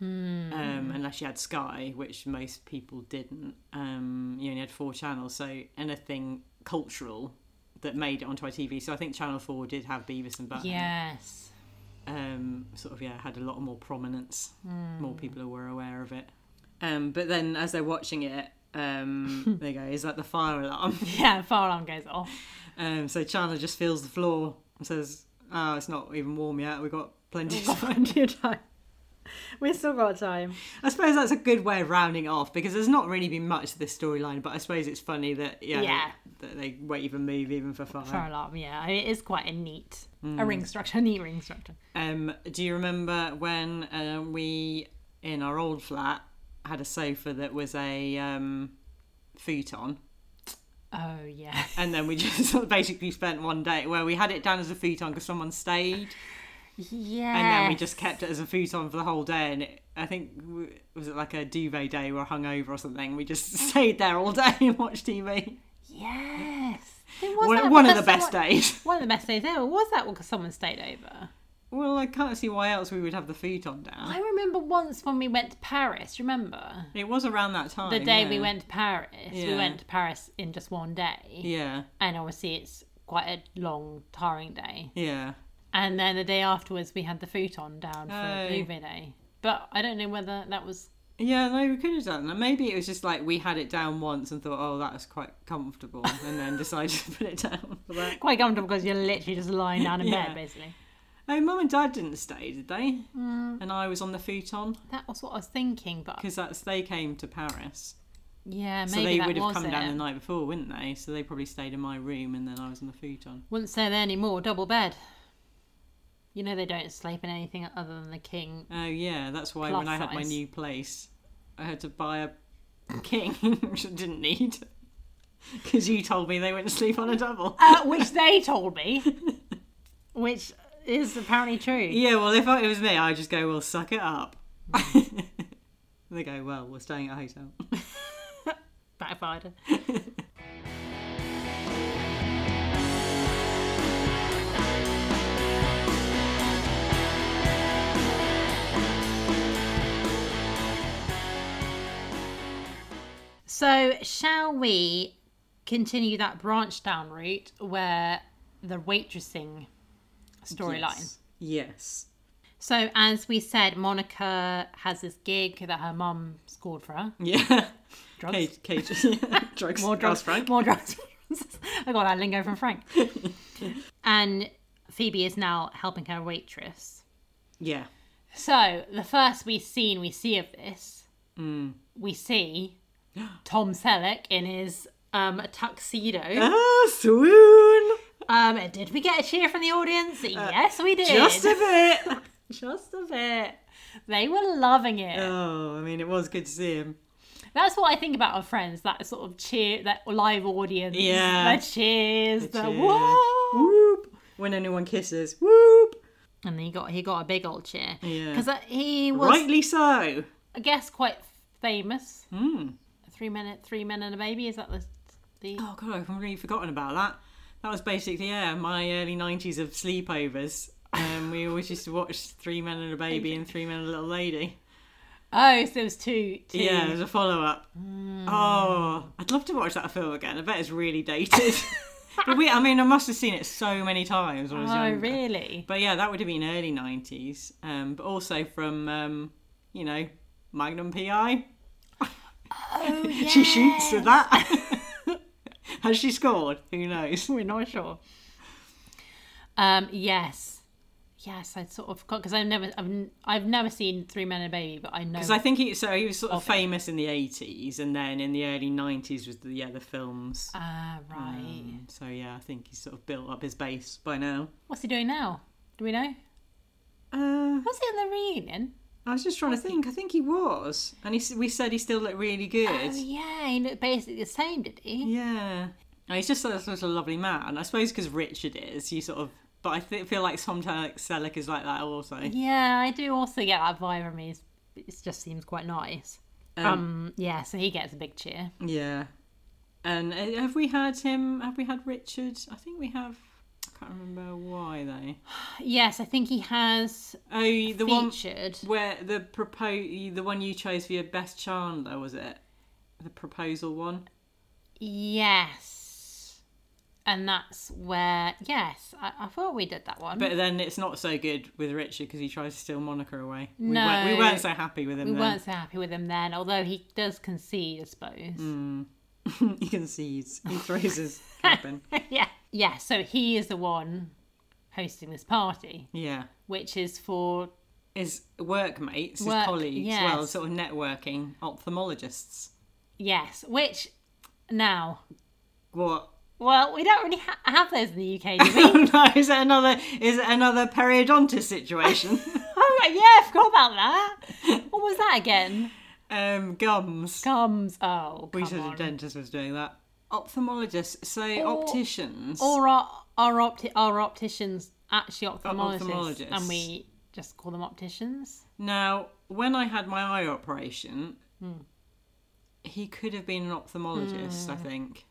Hmm.
um, unless you had Sky, which most people didn't. Um, you only had four channels, so anything cultural that made it onto our TV. So I think Channel Four did have Beavis and Butthead.
Yes.
um, sort of yeah had a lot more prominence. More people were aware of it. Um, but then as they're watching it, um, they go, "Is that the fire alarm?"
Yeah, fire alarm goes off.
Um, so Chandler just feels the floor and says, "Ah, it's not even warm yet. We've got plenty." of time."
time. We've still got time.
I suppose that's a good way of rounding it off because there's not really been much to this storyline, but I suppose it's funny that yeah,
Yeah.
that they wave a move even for fire.
Fire alarm, yeah. I mean, it is quite a neat,
Hmm.
a ring structure, a neat ring structure.
Um, do you remember when um, we in our old flat had a sofa that was a um, futon?
Oh, yeah.
and then we just sort of basically spent one day where we had it down as a futon because someone stayed,
Yeah.
and then we just kept it as a futon for the whole day. And it, I think w- was it like a duvet day or hungover or something? We just stayed there all day and watched TV.
Yes. There was
One,
that
one of the
because
best
someone-
days.
One of the best days ever. Was that because someone stayed over?
Well, I can't see why else we would have the futon down.
I remember once when we went to Paris, remember?
It was around that time.
The day
yeah.
we went to Paris. We
Yeah.
went to Paris in just one day.
Yeah,
And obviously it's quite a long, tiring day.
yeah.
And then the day afterwards we had the futon down for
Oh.
a duvet day. But I don't know whether that was
Yeah, no, we could have done that. Maybe it was just like we had it down once and thought, oh, that was quite comfortable, and then decided to put it down for that.
quite comfortable because you're literally just lying down in
Yeah.
bed basically.
Oh, mum and dad didn't stay, did they?
Mm.
And I was on the futon
That was what I was thinking, but
because that's they came to Paris,
yeah, maybe
so they
that
would have
was
come
it.
down the night before, wouldn't they? So they probably stayed in my room, and then I was on the futon.
Wouldn't stay there anymore. Double bed. You know they don't sleep in anything other than the king.
Oh yeah, that's why
Plus
when I had my
size.
new place, I had to buy a king, which I didn't need, because you told me they wouldn't sleep on a double.
Uh, which they told me, which is apparently true.
Yeah, well, if I, it was me, I'd just go, "Well, suck it up." they go, "Well, we're staying at a hotel."
Backfired. so, shall we continue that branch down route where the waitressing storyline?
Yes. Yes.
So, as we said, Monica has this gig that her mum scored for her.
Yeah.
Drugs.
Cage, cage, yeah. drugs.
More drugs,
Ask Frank.
More drugs. I got that lingo from Frank. and Phoebe is now helping her waitress.
Yeah.
So the first we seen we see of this,
Mm.
we see Tom Selleck in his um, tuxedo.
Ah, swoon.
Um, did we get a cheer from the audience? yes, we did.
uh, Just a bit.
Just a bit. They were loving it.
Oh, I mean, it was good to see him.
That's what I think about our friends. That sort of cheer, that live audience.
Yeah.
The cheers. The,
cheer.
whoa.
Whoop. When anyone kisses, whoop.
and he got he got a big old cheer
Yeah.
because uh, he was
Rightly so.
I guess quite famous.
Hmm.
Three men, three men and a baby. Is that the the
Oh god, I've completely forgotten about that. That was basically yeah, my early nineties of sleepovers. Um, we always used to watch Three Men and a Baby and Three Men and a Little Lady.
oh, so there was two two.
Yeah, there's a follow up.
Hmm.
Oh, I'd love to watch that film again. I bet it's really dated. but we, I mean, I must have seen it so many times when I was
Oh
younger.
really?
But yeah, that would have been early nineties. Um, but also from um, you know, Magnum PI.
Oh yeah.
She shoots with that. Has she scored? Who knows?
We're not sure. Um. Yes. Yes. I sort of because I've never I've, n- I've never seen Three Men and a Baby, but I know.
Because I think he so he was sort of famous in the eighties, and then in the early nineties was the yeah the films.
Ah right.
Um, so yeah, I think he's sort of built up his base by now.
What's he doing now? Do we know?
Uh,
Was he in the reunion?
I was just trying to think. I think he was, and he s- we said he still looked really good.
Oh yeah, he looked basically the same, did he?
Yeah, and he's just a sort of lovely man. I suppose because Richard is, you sort of. But I th- feel like sometimes Selleck is like that also.
Yeah, I do also get that vibe from him. It just seems quite nice. Um,
Um,
yeah, so he gets a big cheer.
Yeah. And uh, have we had him? Have we had Richard? I think we have. I can't remember why though.
Yes, I think he has
Oh, the one
featured.
where the propose, the one you chose for your best Chandler was it? The proposal one.
Yes, and that's where. Yes, I, I thought we did that one.
But then it's not so good with Richard because he tries to steal Monica away. We
No.
weren't, we weren't so happy with him.
we
then.
weren't so happy with him then, although he does concede, I
Mm.
suppose.
you can see he's, he throws his cap in.
yeah, yeah. So he is the one hosting this party,
Yeah.
which is for
His workmates, his
Work-
colleagues, well,
yes.
sort of networking ophthalmologists.
yes, which now.
What?
Well, we don't really ha- have those in the UK, do we?
Oh no! Is it another? Is it another periodontist situation?
Oh right, yeah, I forgot about that. What was that again?
um, gums.
Gums. Oh,
We
come
said a
on.
dentist was doing that. Ophthalmologists, so
Or-
opticians.
Or are are, opti- are opticians actually ophthalmologists,
ophthalmologists.
and we just call them opticians?
Now, when I had my eye operation,
Hmm.
he could have been an ophthalmologist,
Hmm.
I think.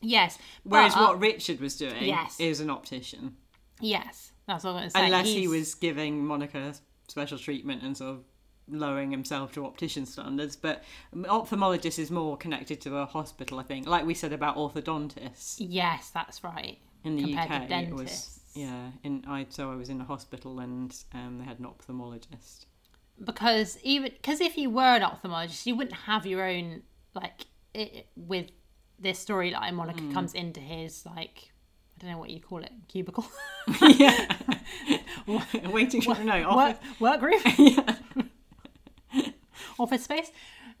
Yes.
Whereas
but-
what Richard was doing
uh, Yes.
is an optician,
Yes, that's what I'm going to say.
unless he
He's-
was giving Monica special treatment and sort of lowering himself to optician standards. But ophthalmologist is more connected to a hospital, I think. Like we said about orthodontists.
Yes, that's right.
in the
compared to
UK, it was
dentists.
yeah. In I so I was in a hospital and um, they had an ophthalmologist.
Because even because if you were an ophthalmologist, you wouldn't have your own
Hmm.
like it, with this storyline. Monica comes into his like don't know what you call it, cubicle,
yeah. Waiting for no
work,
office.
workroom,
Yeah.
office space.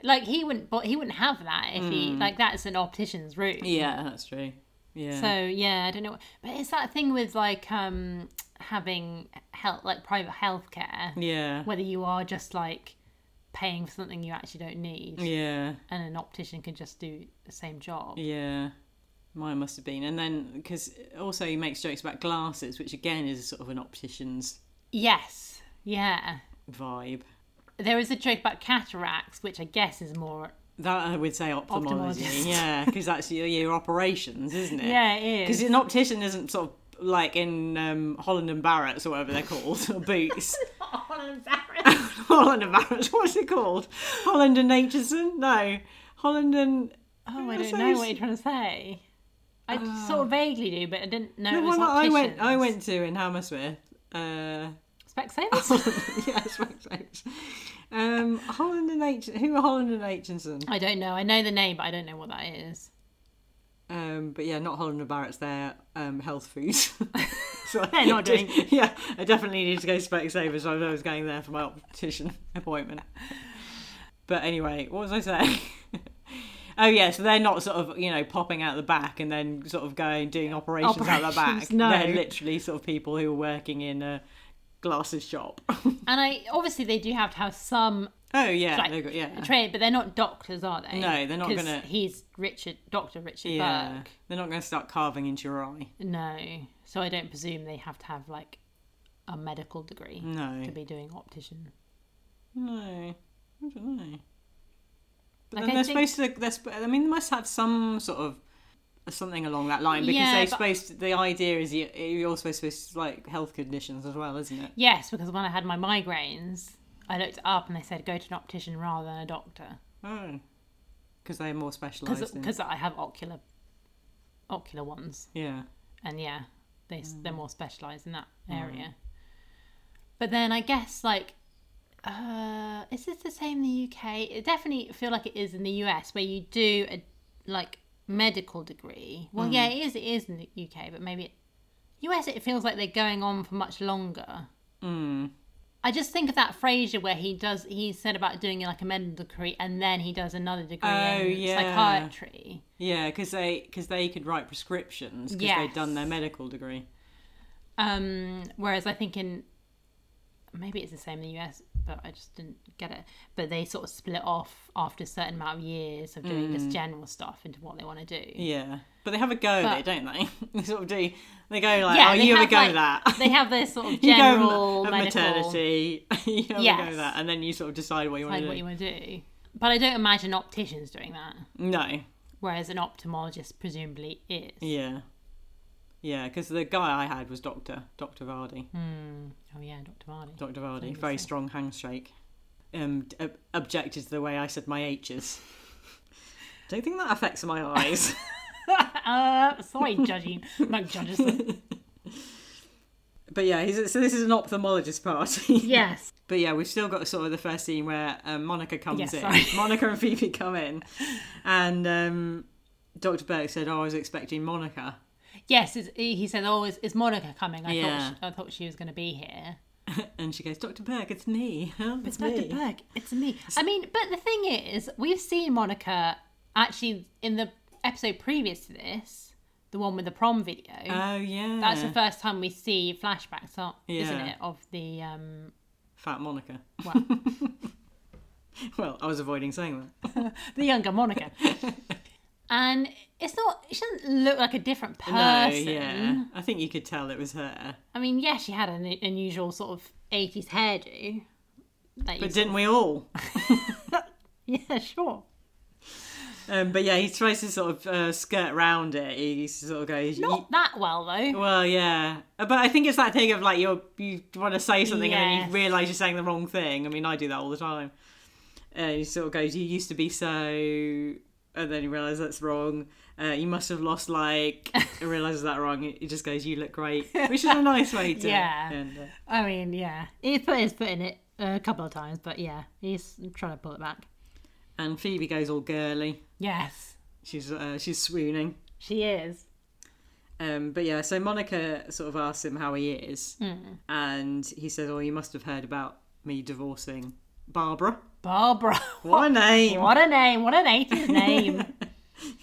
Like he wouldn't, but he wouldn't have that if he like that's an optician's room.
Hmm. yeah, that's true. Yeah.
So yeah, I don't know, but it's that thing with like um having health, like private healthcare,
yeah.
whether you are just like paying for something you actually don't need,
Yeah.
and an optician can just do the same job.
Yeah. Mine must have been. And then, because also he makes jokes about glasses, which again is sort of an optician's
Yes, yeah.
vibe.
There is a joke about cataracts, which I guess is more.
That I would say ophthalmology.
Ophthalmologist.
Yeah, because that's your, your operations, isn't it?
Yeah, it
Because
is.
an optician isn't sort of like in um, Holland and Barrett's or whatever they're called, or Boots. Holland and Barrett's, what's it called? Holland and Natureson? No. Holland and.
Oh, I
That's
don't
so Uh,
know what you're trying to say. I sort of vaguely do, but I didn't know.
The
it was
one that I went, I
opticians.
went to in Hammersmith. Uh,
Specsavers?
yes, makes sense. Um, Holland and H- who are Holland and Aitchinson?
I don't know. I know the name, but I don't know what that is.
Um, but yeah, not Holland and Barrett's. They're um, health foods. so
They're not doing-
Yeah, I definitely need to go to Specsavers. so I was going there for my optician appointment. But anyway, what was I saying? oh yeah, so they're not sort of you know popping out the back and then sort of going doing operations, out the back.
Operations, no.
They're literally sort of people who are working in a glasses shop. oh
And I obviously they do have to have some
yeah,
like,
they've got- yeah.
trade, but they're not doctors, are they?
Uh. No, they're not
'Cause
gonna-
He's Richard, Doctor Richard
Yeah,
Burke.
they're not going to start carving into your eye.
No, so I don't presume they have to have like a medical degree
No,
to be doing optician.
no, I don't know. But
Like,
then
I
they're
think-
supposed to. They're, sp- I mean, they must have some sort of something along that line because
Yeah,
they're
but-
supposed. To, the idea is you, you're also supposed to like health conditions as well, isn't it?
Yes, because when I had my migraines, I looked it up and they said go to an optician rather than a doctor
Oh, because they're more specialised. in-
because I have ocular ocular ones.
Yeah,
and yeah, they
Mm.
they're more specialised in that area. But then I guess like, uh, is this the same in the UK? It definitely feel like it is in the US where you do a like medical degree. Well,
Mm.
yeah, it is. It is in the UK, but maybe it, US it feels like they're going on for much longer.
Mm.
I just think of that Fraser where he does he said about doing like a medical degree and then he does another degree
Oh,
in
yeah.
psychiatry.
yeah, because they because they could write prescriptions because they've done their medical degree.
Um, whereas I think in maybe it's the same in the US, but I just didn't get it. But they sort of split off after a certain amount of years of doing just general stuff into what they want to do.
Mm. Yeah, but they have a go
But-
at it, don't they? they sort of do. They go like,
Yeah,
"Oh,
they
you
have,
have a go
like-
at that."
They have this sort of
you go m-
general
at
medical
maternity, you have a go
Yes.
at that, and then you sort of decide what you
like
want to
what
do.
you want to do. But I don't imagine opticians doing that,
No,
whereas an ophthalmologist presumably is.
yeah, yeah, because the guy I had was Doctor Doctor Vardy,
Oh yeah, Dr. Vardy.
Doctor Vardy, very strong handshake. Um, d- ob- objected to the way I said my H's. Don't think that affects my eyes.
Uh, sorry, judging McJudgeson.
but yeah, he's, so this is an ophthalmologist party.
yes.
But yeah, we've still got sort of the first scene where um, Monica comes
Yes,
in.
sorry.
Monica and Phoebe come in, and um, Doctor Burke said, "Oh, I was expecting Monica."
Yes, is, he said, "Oh, is, is Monica coming?" I
Yeah.
thought she, I thought she was going to be here.
And she goes, Dr. Berg, it's me. It's
Dr.
me.
Berg, it's me. I mean, but the thing is, we've seen Monica actually in the episode previous to this, the one with the prom video.
Oh, yeah.
That's the first time we see flashbacks, aren't, isn't
Yeah.
it, of the um,
Fat Monica.
well,
Well, I was avoiding saying that.
the younger Monica. and it's not. She doesn't look like a different person.
No, yeah. I think you could tell it was her.
I mean, yeah, she had an unusual sort of '80s hairdo. That you
But didn't we all?
yeah, sure.
Um, but yeah, he tries to sort of uh, skirt round it. He sort of goes,
Not that well though.
Well, yeah. But I think it's that thing of like you're, you want to say something and then
Yes.
you realise you're saying the wrong thing. I mean, I do that all the time. And he sort of goes, You used to be so. And then you realise that's wrong. Uh, you must have lost like. and realises that wrong. He just goes, You look great. Which is a nice way to.
Yeah.
end it.
I mean, yeah, he's put his foot in it a couple of times, but yeah, he's trying to pull it back.
And Phoebe goes all girly.
Yes,
She's uh, she's swooning.
she is.
Um, but yeah, so Monica sort of asks him how he is,
Hmm.
and he says, "Oh, you must have heard about me divorcing Barbara."
Barbara.
What a name!
What a name. What an 80s name.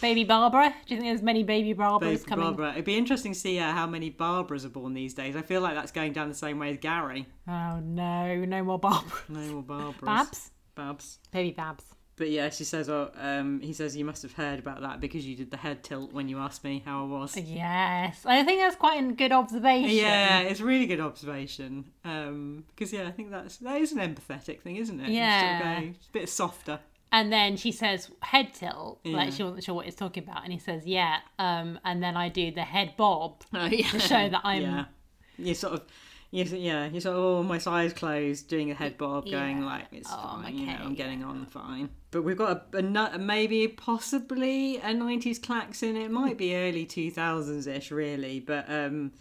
baby Barbara. Do you think there's many baby Barbaras
Babe
coming?
Barbara. It'd be interesting to see uh, how many Barbaras are born these days. I feel like that's going down the same way as Gary.
Oh no, no more Barbara.
No more Barbaras.
Babs?
Babs.
Baby Babs.
But yeah, she says, "Oh, um, he says you must have heard about that because you did the head tilt when you asked me how I was."
Yes. I think that's quite a good observation.
Yeah, it's a really good observation. Um, because yeah, I think that's that is an empathetic thing, isn't it? You sort of
Yeah.
go, it's a bit softer.
And then she says head tilt,
Yeah.
like she wasn't sure what he's talking about, and he says yeah. Um, and then I do the head bob to show that I'm
Yeah. You sort of, you, s- yeah, you sort of, oh, my eyes closed, doing a head bob, going
Yeah.
like, it's
Oh,
fine,
I'm
you know,
okay,
I'm getting on fine. But we've got a, a, nu- maybe, possibly a 90s klaxon. It might be early 2000s ish, really. But um,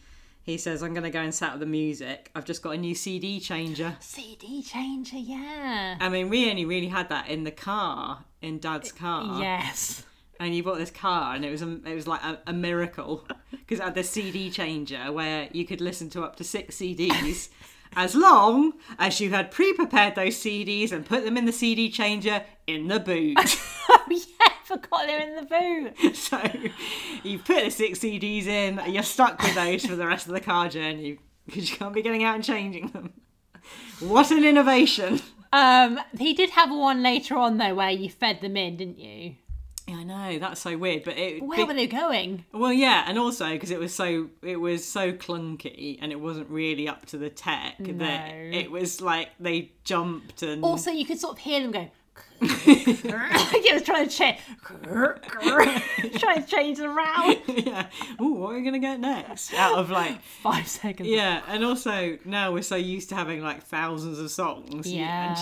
he says, I'm going to go and set up the music. I've just got a new CD changer.
CD changer. Yeah.
I mean, we only really had that in the car, in Dad's car.
Yes.
and you bought this car and it was a, it was like a, a miracle because it had this CD changer where you could listen to up to six CDs as long as you had pre-prepared those CDs and put them in the CD changer in the boot.
oh yeah, I forgot they're in the boot.
so you put the six CDs in, you're stuck with those for the rest of the car journey because you can't be getting out and changing them. What an innovation!
Um, he did have one later on though, where you fed them in, didn't you?
Yeah, I know that's so weird, but it
Where were they going?
Well, yeah, and also because it was so it was so clunky and it wasn't really up to the tech that
No.
it was like they jumped and
Also, you could sort of hear them go. he was trying to change, trying to change it around.
yeah. Ooh, what are we gonna get next? Out of like
Five seconds.
yeah, and also now we're so used to having like thousands of songs, you-
Yeah.
a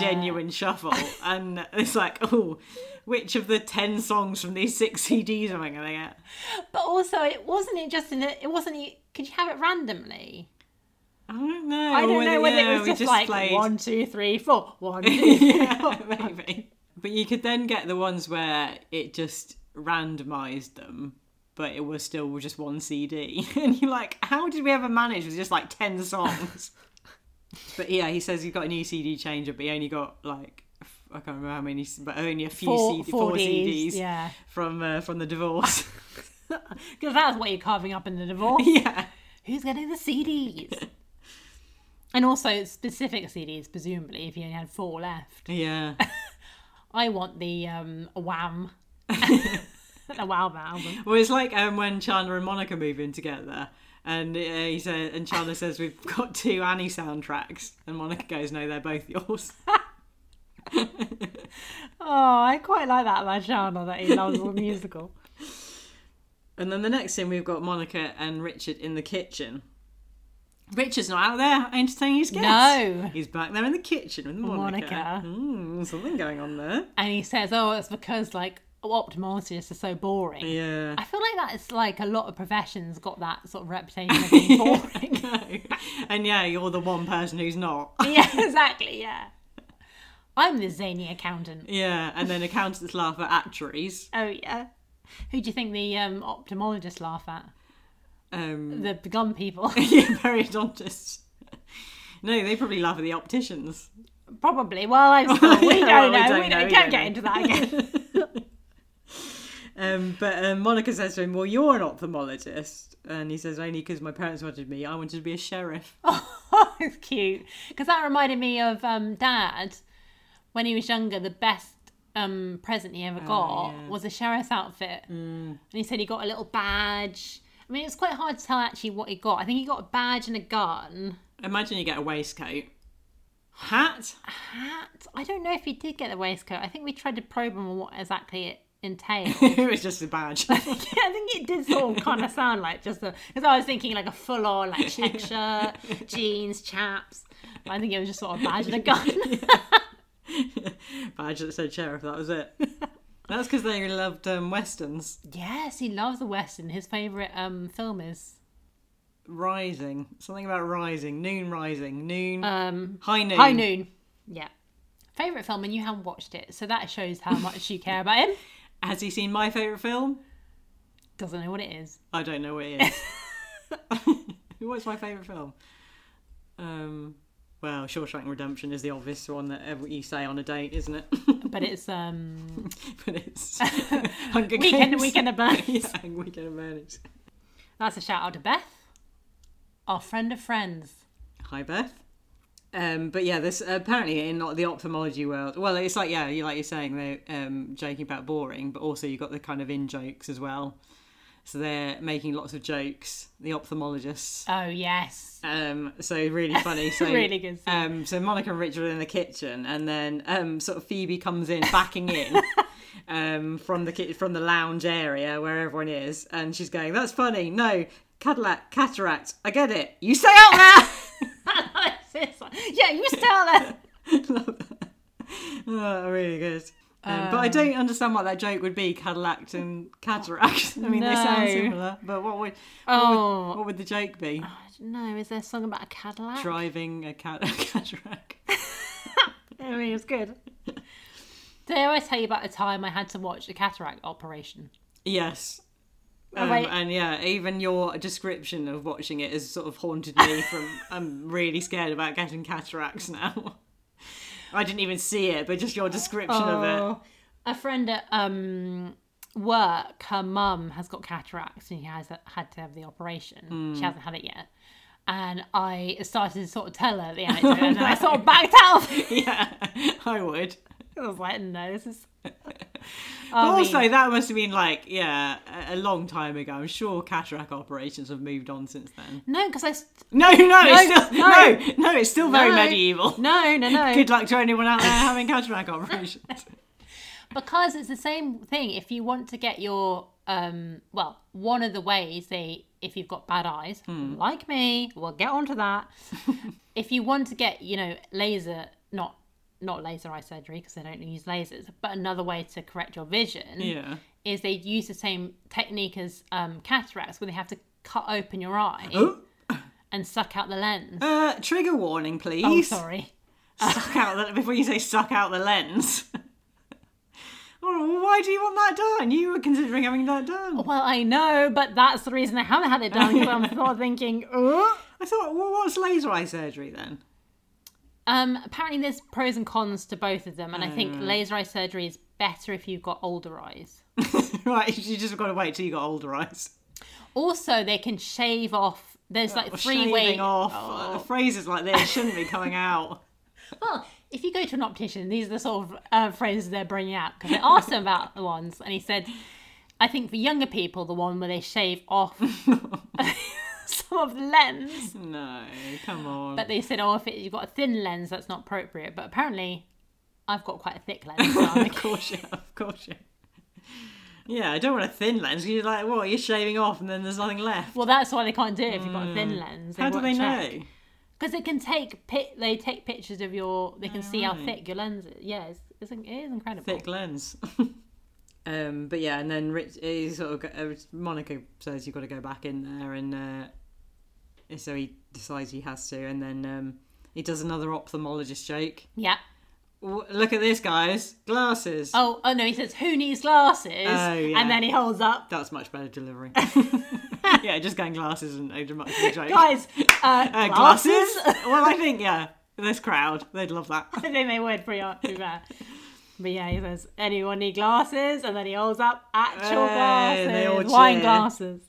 genuine shuffle, and it's like oh, which of the ten songs from these six CDs am I gonna get?
But also, it wasn't it just in a, it wasn't it. Could you have it randomly?
I don't know.
I don't know whether
yeah,
it was
we
just, like
played-
one, two, three, four, one, two.
yeah, maybe. But you could then get the ones where it just randomized them, but it was still just one CD. And you're like, how did we ever manage with just like 10 songs? but yeah, he says he got a new CD changer, but he only got like, f- I can't remember how many, s- but only a few
Four-
CD,
four
four CDs
Ds, yeah.
from uh, from the divorce.
Because that's what you're carving up in the divorce.
yeah.
Who's getting the CDs? and also specific CDs, presumably, if you only had four left.
Yeah.
I want the um, Wham, the Wham album.
Well, it's like um, when Chandler and Monica move in together, and uh, he said, and Chandler says, "We've got two Annie soundtracks," and Monica goes, "No, they're both yours."
Oh, I quite like that about Shana that he loves the musical.
And then the next thing we've got Monica and Richard in the kitchen. Richard's not out there entertaining his guests.
No.
he's back there in the kitchen with Monica.
Monica.
Mm, something going on there.
And he says, "Oh, it's because like optometrists are so boring."
Yeah.
I feel like that's like a lot of professions got that sort of reputation of being boring.
No. And yeah, you're the one person who's not.
yeah, exactly. Yeah, I'm the zany accountant.
Yeah, and then accountants laugh at actuaries.
Oh yeah. Who do you think the um, ophthalmologists laugh at?
Um,
The gum people,
yeah, periodontists. No, they probably laugh at the opticians.
probably. Well, I'm still, we,
Yeah,
don't
well, we
know.
don't
We
know,
don't,
we
can't get
don't know.
into that again.
Um, but um, Monica says to him, "Well, you're an ophthalmologist," and he says, "Only because my parents wanted me. I wanted to be a sheriff."
oh, it's cute because that reminded me of um, Dad when he was younger. The best um, present he ever got
Oh, yeah.
was a sheriff's outfit, mm. and he said he got a little badge. I mean, it's quite hard to tell actually what he got. I think he got a badge and a gun.
Imagine you get a waistcoat, hat.
Hat. I don't know if he did get the waistcoat. I think we tried to probe him on what exactly it entailed.
it was just a badge.
yeah, I think it did sort of kind of sound like just a because I was thinking like a full on like check shirt, jeans, chaps. I think it was just sort of a badge and a gun.
badge that said sheriff. That was it. That's because they loved um, westerns.
Yes, he loves the Western. His favourite um, film is
Rising. Something about rising. Noon rising. Noon.
um,
high noon.
High Noon. Yeah. Favourite film, and you haven't watched it, so that shows how much you care about him.
Has he seen my favourite film?
Doesn't know what it is.
I don't know what it is. What's my favourite film? Um, well, Shawshank Redemption is the obvious one that ever you say on a date, isn't it?
But it's um
but it's Hunger
weekend
Games.
weekend of Bernie.
yeah, Weekend of Bernie's.
That's a shout out to Beth, our friend of friends.
Hi, Beth. Um, but yeah, this apparently in like, the ophthalmology world. Well, it's like yeah, you like you're saying they're um, joking about boring, but also you've got the kind of in jokes as well. So they're making lots of jokes. The ophthalmologists.
Oh yes,
Um, so really funny. So
Really good scene.
Um, so Monica and Richard are in the kitchen, and then um, sort of Phoebe comes in backing in. Um, from the ki- from the lounge area where everyone is, and she's going, "That's funny. No, Cadillac cataract. I get it. You stay out
yeah, you still there.
there." Love that. Oh, really good. Um, but I don't understand what that joke would be. Cadillac and cataract. I mean, they sound
No.
similar, but what would
Oh.
what would, what would the joke be?
Uh-huh. No, is there a song about a Cadillac?
Driving a, cat- a cataract.
I mean, it's good. Dare I tell you about the time I had to watch a cataract operation?
Yes.
Oh,
Um,
wait.
and yeah, even your description of watching it has sort of haunted me from I'm really scared about getting cataracts now. I didn't even see it, but just your description
Oh.
of it.
A friend at um, work, her mum has got cataracts and she has had to have the operation. She hasn't had it yet. And I started to sort of tell her the anecdote, and then I sort of backed out.
Yeah, I would.
I was like, no, this is.
But
I
also,
mean,
that must have been like, yeah, a, a long time ago. I'm sure cataract operations have moved on since then.
no, because I. St-
No, no, it's
No,
still, no. no, it's still very
No.
medieval.
no, no, no.
Good luck to anyone out there having cataract operations.
because it's the same thing if you want to get your um well one of the ways they if you've got bad eyes
Hmm.
like me we'll get onto that if you want to get you know laser not not laser eye surgery because they don't use lasers but another way to correct your vision
Yeah.
is they use the same technique as um, cataracts where they have to cut open your eye
Oh,
and suck out the lens
uh, trigger warning, please.
oh sorry
suck out the, before you say suck out the lens. Oh, well, why do you want that done? You were considering having that done.
well i know but that's the reason i haven't had it done because i'm sort of thinking oh
I thought, well, what's laser eye surgery then?
Um, apparently, there's pros and cons to both of them, and I
Mm.
think laser eye surgery is better if you've got older eyes.
right, you just got to wait till you got older eyes.
Also, they can shave off. There's like three
Oh,
Oh.
Shaving
ways.
off. uh, phrases like this shouldn't be coming out.
Well, if you go to an optician, these are the sort of uh, phrases they're bringing out because I asked him about the ones, and he said, "I think for younger people, the one where they shave off some of the lens."
No, come on.
But they said, "Oh, if it, you've got a thin lens, that's not appropriate." But apparently, I've got quite a thick lens. So I'm
of course you have, of course you have. Yeah, I don't want a thin lens. 'cause You're like, what? You're shaving off, and then there's nothing left.
Well, that's why they can't do it if you've got a thin lens.
Mm. How do
won't
they
check.
know?
Because they can take pi- they take pictures of your. They can see how
right.
thick your lens is. Yeah, it's, it's, in- it is incredible.
thick lens. um, but yeah, and then Rich he sort of go- uh, Monica says you've got to go back in there, and uh, so he decides he has to, and then um, he does another ophthalmologist joke.
Yeah.
W- Look at this, guys, glasses.
Oh, oh no. He says, "Who needs glasses?"
Oh, yeah.
And then he holds up,
That's much better delivery. yeah, just going glasses and a much of a joke.
guys. Uh,
Uh,
glasses.
glasses? well, I think yeah, this crowd they'd love that.
I think they would pretty much be fair. But yeah, he says, "Anyone need glasses?" And then he holds up actual
Hey, they all
glasses, wine
cheer.
glasses.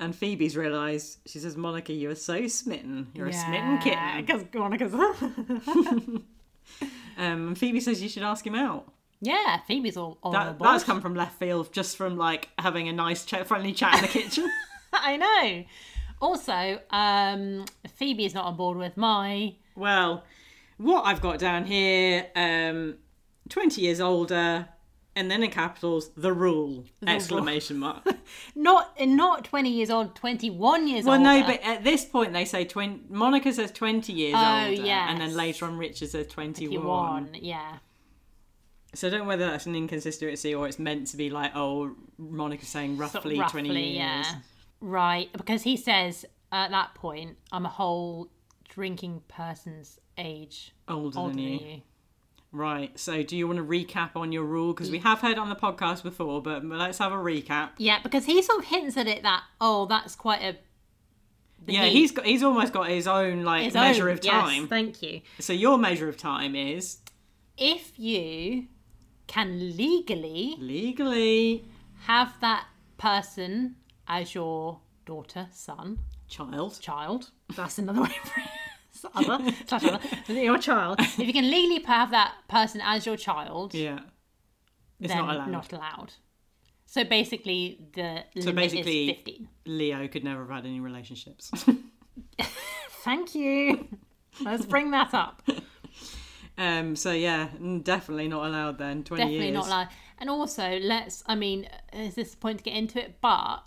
And Phoebe's realised she says, "Monica, you are so smitten. You're a smitten
Yeah,
kitten."
Because Monica's.
Um, and Phoebe says you should ask him out.
yeah, Phoebe's all on
That, that's come from left field, just from like having a nice, ch- friendly chat in the kitchen.
I know. Also, um, Phoebe is not on board with my
well, what I've got down here, um, twenty years older, and then in capitals, the rule! exclamation mark.
not not twenty years old, twenty one years
well,
old.
no, but at this point they say twenty. Monica says twenty years
Oh,
older, and
yes.
then later on Richard says
you
twenty-one.
won. Yeah,
So I don't know whether that's an inconsistency or it's meant to be like, oh, Monica's saying
Sort of
roughly,
roughly,
twenty years.
yeah, right. Because he says at that point, I'm a whole drinking person's age
Older,
older
than you.
than you.
Right. So, do you want to recap on your rule? Because we have heard it on the podcast before, but let's have a recap.
Yeah, because he sort of hints at it that oh, that's quite a the
Yeah,
heat.
he's got. He's almost got his own like
His
measure
own-
of
yes,
time.
thank you.
So your measure of time is
If you can legally
legally
have that person as your daughter, son,
child.
child. That's another way of it's other slash other. Your child. If you can legally have that person as your child,
Yeah. It's
then
not allowed.
allowed. So basically, the limit
basically-
is fifteen.
Leo could never have had any relationships.
Thank you. Let's bring that up.
um. So yeah, mm, definitely not allowed then. Twenty
Definitely
years.
not allowed. And also, let's. I mean, is this the point to get into it? But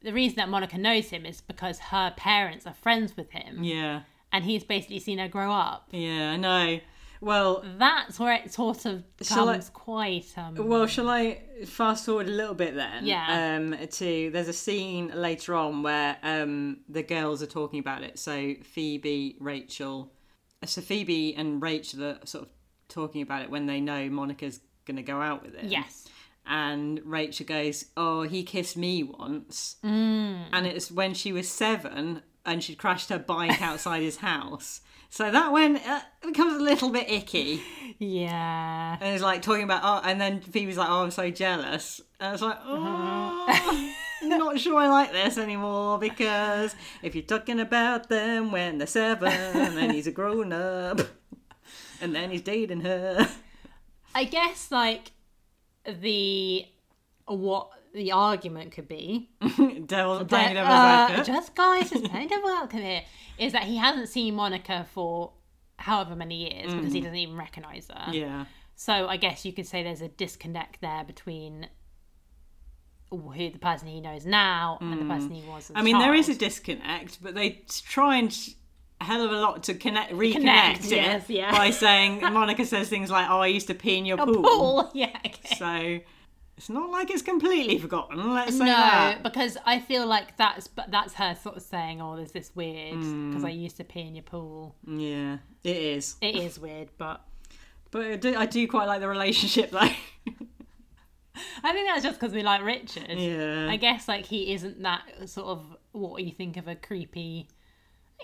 the reason that Monica knows him is because her parents are friends with him,
Yeah.
and he's basically seen her grow up.
Yeah. I know. Well,
That's where it sort of
Shall I-
becomes quite. Um,
Well, shall I fast forward a little bit then?
Yeah.
Um, to there's a scene later on where um the girls are talking about it. So Phoebe, Rachel, uh, so Phoebe and Rachel are sort of talking about it when they know Monica's going to go out with it.
yes.
And Rachel goes, "Oh, he kissed me once," and it's when she was seven and she crashed her bike outside his house. So that one uh, becomes a little bit icky.
Yeah.
And it's like talking about, oh, and then Phoebe's like, oh, I'm so jealous. And I was like, oh, not sure I like this anymore because if you're talking about them when they're seven and he's a grown up and then he's dating her.
I guess like the what the argument could be
Devil's playing devil's
that, uh,
advocate.
just guys just playing devil's advocate here is that he hasn't seen Monica for however many years because he doesn't even recognize her.
Mm. Yeah.
So I guess you could say there's a disconnect there between who the person he knows now and the person he was. As
Mm. I mean, there is a disconnect, but they try and sh- a hell of a lot to connect, reconnect
Connect,
it
yes, yeah.
by saying, Monica says things like, oh, I used to pee in your pool.
pool. Yeah. Okay.
So it's not like it's completely forgotten, let's
no,
say that.
because I feel like that's but that's her sort of saying, "Oh, there's this weird because I used to pee in your pool."
Yeah, it is.
It is weird, but
But I do, I do quite like the relationship though.
I think that's just because we like Richard.
yeah.
I guess like he isn't that sort of what you think of a creepy.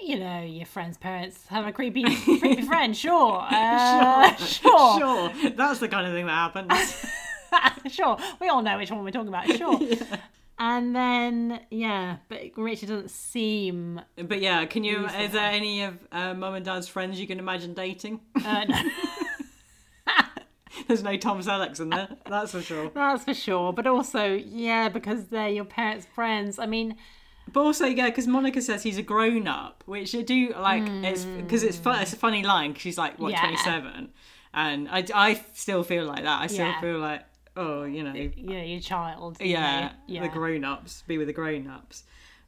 You know, your friend's parents have a creepy, creepy friend. Sure, uh, sure, sure,
Sure, that's the kind of thing that happens.
We all know which one we're talking about. Sure. And then yeah, but Richard doesn't seem.
but yeah, can you?
Easily.
Is there any of uh, mum and dad's friends you can imagine dating?
Uh, no.
There's no Tom Selleck in there, that's for sure.
That's for sure. But also, yeah, because they're your parents' friends. I mean,
But also, yeah, because Monica says he's a grown up, which I do like. It's because it's fun, it's a funny line. 'cause she's like what
Yeah.
27, and I, I still feel like that. I still
Yeah.
feel like oh, you know,
you know, your child. you
yeah,
know, yeah.
the grown ups, be with the grown ups.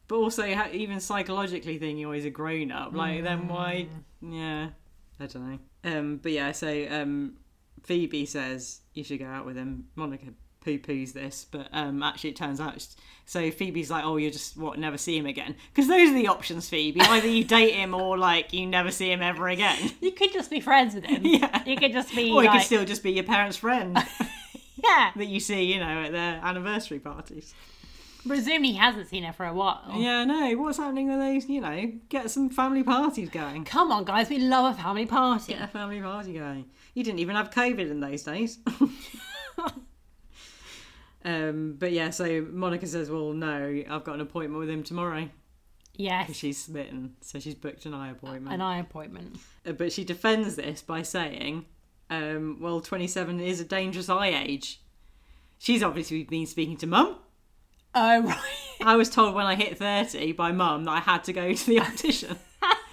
But also, ha- even psychologically thinking, oh, he's a grown up. Like, then why? Yeah, Mm. I don't know. Um, but yeah, so um, Phoebe says you should go out with him. Monica poo poos this, but um, actually, it turns out. it's- So Phoebe's like, oh, you just what never see him again? Because those are the options, Phoebe. Either you date him or like you never see him ever again.
you could just be friends with him.
Yeah.
You could just be
Or you
like,
could still just be your parents' friend
yeah.
that you see, you know, at their anniversary parties.
Presumably, he hasn't seen her for a while.
Yeah, no. What's happening with those? You know, get some family parties going.
Come on, guys, we love a family party.
Get a family party going. You didn't even have COVID in those days. um, but yeah, so Monica says, "Well, no, I've got an appointment with him tomorrow."
Yes,
She's smitten, so she's booked an eye appointment.
an eye appointment.
Uh, But she defends this by saying, um, "Well, twenty-seven is a dangerous eye age." She's obviously been speaking to mum.
Oh right.
I was told when I hit 30 by mum that I had to go to the optician.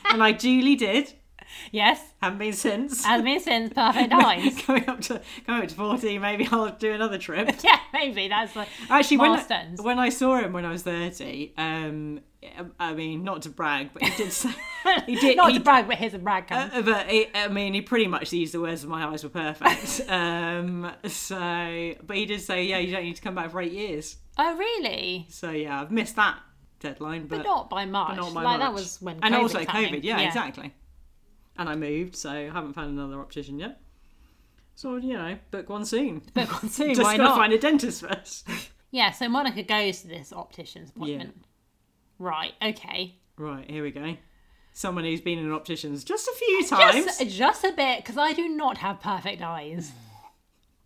and I duly did.
yes,
Haven't been since.
as me since perfect eyes.
going up to going up to 40, maybe I'll do another trip.
Yeah, maybe that's like
Actually, when I,
Milestones.
when I saw him when I was 30, um, I mean, not to brag, but he did say, he did,
not
he
to brag, but here's a brag. Come.
uh, but he, I mean, he pretty much used the words of my eyes were perfect. um, so, but he did say, yeah, you don't need to come back for eight years.
oh really?
So yeah, I've missed that deadline,
But not by March.
uh, not my
like that
March.
was when.
and
COVID
also
was happening.
COVID. Yeah, exactly. And I moved, so I haven't found another optician yet. So, you know, book one soon.
Book one soon.
Just
why
gotta
not?
find a dentist first.
Yeah, so Monica goes to this optician's appointment. Right, okay.
right, here we go. Someone who's been in an optician's just a few times.
Just, just a bit, because I do not have perfect eyes.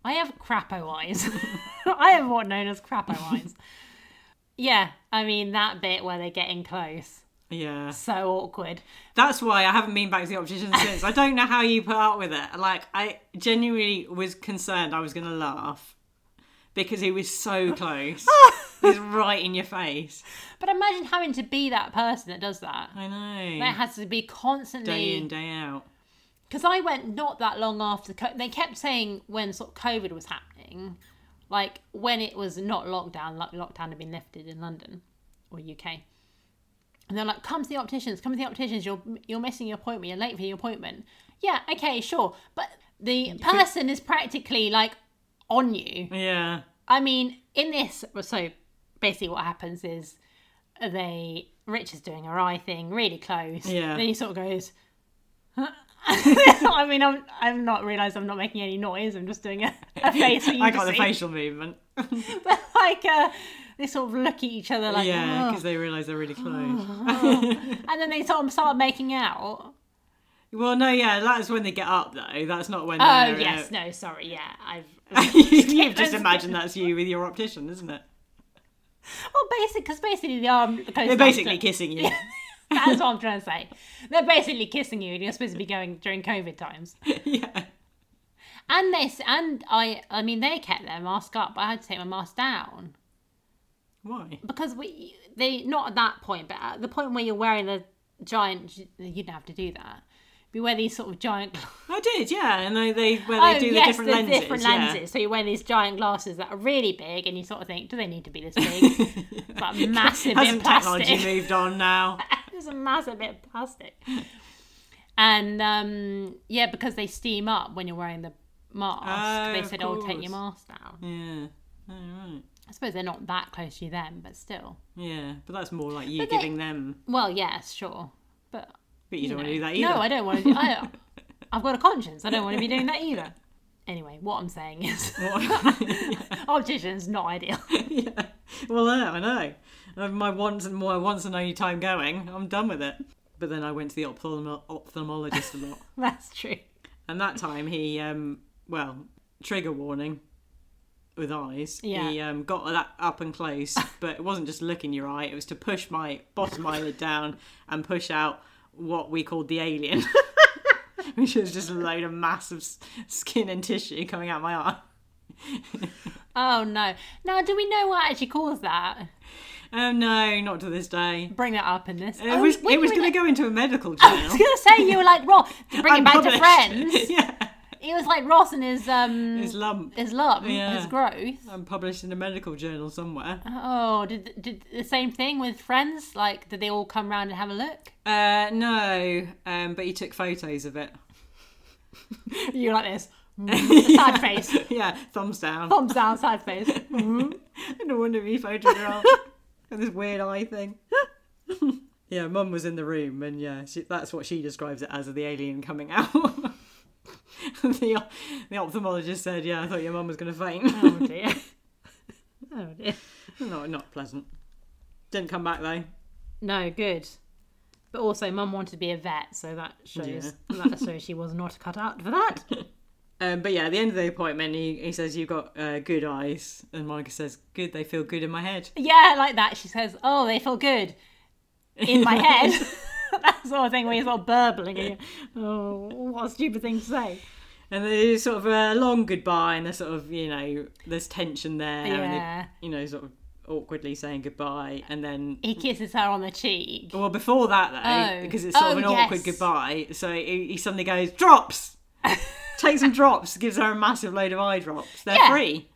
I have crapo eyes. I have what known as crapo eyes. Yeah, I mean, that bit where they're getting close.
Yeah.
So awkward.
That's why I haven't been back to the optician since. I don't know how you put up with it. Like, I genuinely was concerned I was going to laugh because he was so close. he was right in your face.
But imagine having to be that person that does that.
I know.
That has to be
day in,
constantly.
day out.
Because I went not that long after. Co- they kept saying when sort of COVID was happening, like when it was not lockdown, like lockdown had been lifted in London or UK. And they're like, come to the opticians, come to the opticians, you're, you're missing your appointment, you're late for your appointment. Yeah, okay, sure. But the person is practically like on you.
Yeah.
I mean, in this, so basically what happens is they Rich is doing her eye thing really close.
Yeah.
Then he sort of goes. I mean, I'm I'm not realised I'm not making any noise. I'm just doing a, a face. For you
I
to
got the
see.
facial movement.
But like, uh, they sort of look at each other like,
yeah,
"Ugh."
because they realise they're really close.
Oh. and then they sort of start making out.
well, no, yeah, that's when they get up, though. That's not when
Oh
they're.
yes, no, sorry, yeah, I've
uh, You've
Let's
just
get-
imagined that's you with your optician, isn't it?
well, basically, because basically the arm goes
They're basically
after-
kissing you.
That's what I'm trying to say. They're basically kissing you, and you're supposed to be going during COVID times.
yeah.
And this, and I, I mean, they kept their mask up, but I had to take my mask down
Why?
because we, they, not at that point, but at the point where you're wearing the giant, you don't have to do that. You wear these sort of giant.
I did, yeah. And they, they where
oh
they do
yes,
the different
the
lenses.
different
yeah.
lenses. So you wear these giant glasses that are really big, and you sort of think, do they need to be this big? but massive in
Hasn't
plastic.
technology moved on now?
There's a massive bit of plastic. And um, yeah, because they steam up when you're wearing the mask,
Oh,
they
of
said, "Oh, take
course.
your mask down."
yeah. Oh, right.
I suppose they're not that close to you then, but still.
Yeah, but that's more like you
But they-
giving them.
Well, yes, sure, but
But you, don't
know.
want to do that either.
No, I don't want to. Do, I, I've got a conscience. I don't want to be doing that either. Anyway, what I'm saying is, opticians not ideal.
yeah. Well, yeah, I know. Uh, My once and my once and only time going, I'm done with it. But then I went to the ophthalmo- ophthalmologist a lot,
That's true.
and that time he, um, well, trigger warning with eyes.
Yeah.
He um, got that up and close, but it wasn't just look in your eye. It was to push my bottom eyelid down and push out what we called the alien, which was just a load of massive s- skin and tissue coming out my eye.
Oh no! Now, do we know what actually caused that?
Oh no, not to this day.
Bring that up in this.
Uh,
Oh,
It was it was going to go into a medical journal.
I was gonna say you were like Ross. To bring it back to
Unpublished.
Friends,
yeah,
it was like Ross and his um
it's
his,
lump.
lump,
Yeah.
his growth.
I'm published in a medical journal somewhere.
Oh, did did the same thing with Friends? Like, did they all come round and have a look?
Uh, no, um, but he took photos of it.
You're like this mm, side face,
yeah, thumbs down.
thumbs down, side face.
I don't want to be photographed. and this weird eye thing. yeah, mum was in the room, and yeah, she, that's what she describes it as the alien coming out. the, the ophthalmologist said, "Yeah, I thought your mum was going to faint."
Oh dear. Oh dear.
no, not pleasant. Didn't come back though.
No, good. But also, Mum wanted to be a vet, so that shows that shows she was not cut out for that.
Um, but yeah, at the end of the appointment, he, he says, You've got uh, good eyes. And Monica says, Good, they feel good in my head.
Yeah, like that. She says, "Oh, they feel good in my head." that sort of thing where you're sort of burbling. And you're, oh, what a stupid thing to say.
And there's sort of a long goodbye, and there's sort of, you know, there's tension there. And they,
Yeah.
you know, sort of awkwardly saying goodbye. And then,
He kisses her on the cheek.
well, before that, though,
Oh.
because it's sort of
Oh,
an
yes.
awkward goodbye, so he, he suddenly goes, Drops! Takes some drops, gives her a massive load of eye drops. They're
Yeah.
free.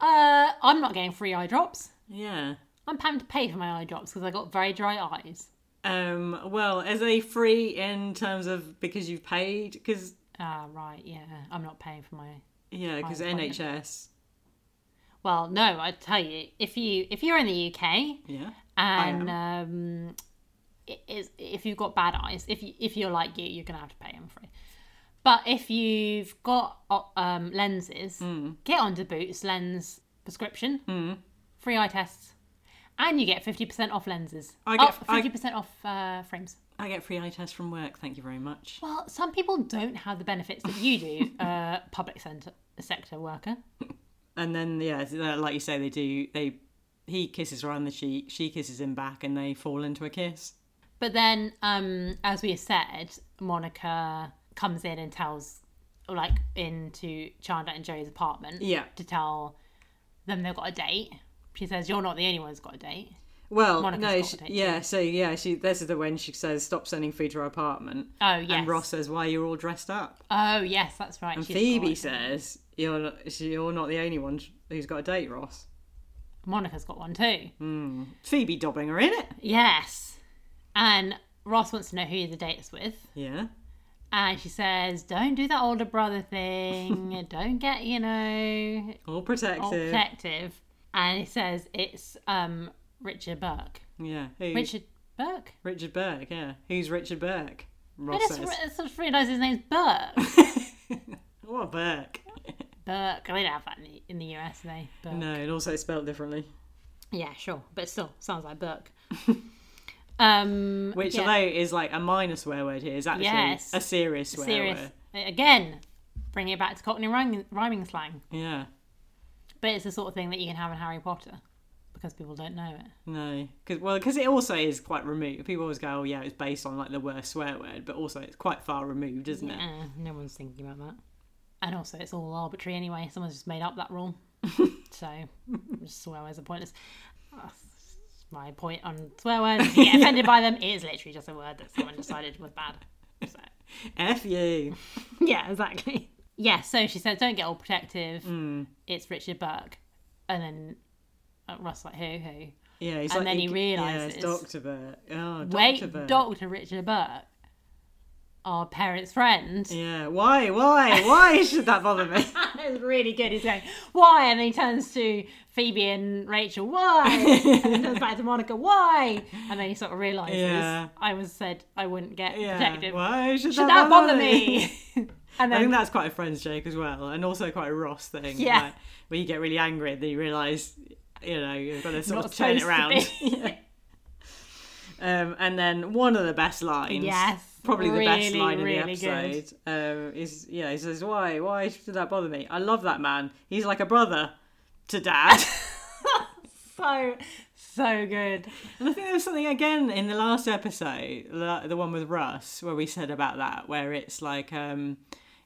Uh, I'm not getting free eye drops.
Yeah.
I'm having to pay for my eye drops because I got very dry eyes.
Um, well, are they free in terms of because you've paid? Because,
Ah, right, yeah. I'm not paying for my.
yeah, because
appointment.
NHS.
Well, no, I tell you, if you if you're in the UK
Yeah.
and um, it is if you've got bad eyes, if you if you're like you, you're gonna have to pay. I'm afraid. But if you've got uh, um, lenses,
Hmm.
get onto Boots lens prescription, free eye tests, and you get fifty percent off lenses. Oh,
I get- I-
fifty percent off uh, frames.
I get free eye tests from work. Thank you very much.
Well, some people don't have the benefits that you do, uh, public center, sector worker.
And then yeah, it's, uh, like you say, they do. They he kisses her on the cheek, she kisses him back, and they fall into a kiss.
But then, um, as we said, Monica comes in and tells, like, into Chandler and Joey's apartment
Yeah.
to tell them they've got a date. She says, "You're not the only one who's got a date."
Well,
Monica's
no,
got
she-
it, yeah.
yeah. So yeah, she. This is the when she says, "Stop sending food to our apartment."
Oh yes.
And Ross says, "Why are you all dressed up?"
Oh yes, that's right.
And
she's
Phoebe
got-
says, "You're not, she- you're not the only one who's got a date, Ross."
Monica's got one too.
Mm. Phoebe dobbing her in it.
Yes. And Ross wants to know who the date's with.
Yeah.
And she says, Don't do that older brother thing. Don't get, you know,
All
all
protective.
protective. And he says, It's um Richard Burke.
yeah. Who?
Richard Burke?
Richard Burke. Yeah. Who's Richard Burke?
I
Ross
just,
says.
re- I just realised his name's Burke.
What Burke?
Burke. They don't have that in the, in the US, do they? Burke.
No, and also it's spelled differently.
Yeah, sure. But still, sounds like Burke. um,
Which,
yeah.
although is like a minor swear word here, is actually
Yes.
a serious swear
serious.
word.
Again, bringing it back to Cockney rhyming, rhyming slang.
Yeah.
But it's the sort of thing that you can have in Harry Potter because people don't know it.
No, because well, because it also is quite removed. People always go, "Oh, yeah, it's based on like the worst swear word," but also it's quite far removed, isn't it?
Uh, no one's thinking about that. And also, it's all arbitrary anyway. Someone's just made up that rule. so, swear words are pointless. That's my point on swear words. If you get offended by them, it is literally just a word that someone decided was bad. So,
F you.
yeah, exactly. Yeah, so she says, don't get all protective. It's Richard Burke. And then uh, Russ, like, who, who?
Yeah, he's
And
like,
then he
yeah,
realises-
it's Doctor Burke. Oh, Doctor
Wait,
Burke.
Dr. Richard Burke, our parents' friend.
yeah, why, why, why should that bother me?
That was really good. He's going, why? And then he turns to Phoebe and Rachel, why? and then turns back to Monica, why? And then he sort of realises,
Yeah.
I was said I wouldn't get
Yeah,
protected.
why should,
Should that bother me? and
I think
then,
that's quite a Friends joke as well, and also quite a Ross thing.
Yeah.
like, where you get really angry and then you realise, you know, you've got to sort
Not
of turn it
supposed
around.
to be.
Yeah. Um, and then one of the best lines,
Yes,
probably the best
really,
line
really
in the episode, um, is yeah, he says, "Why, why should that bother me? I love that man. He's like a brother to dad."
so, so good.
And I think there was something again in the last episode, the, the one with Russ, where we said about that, where it's like, um,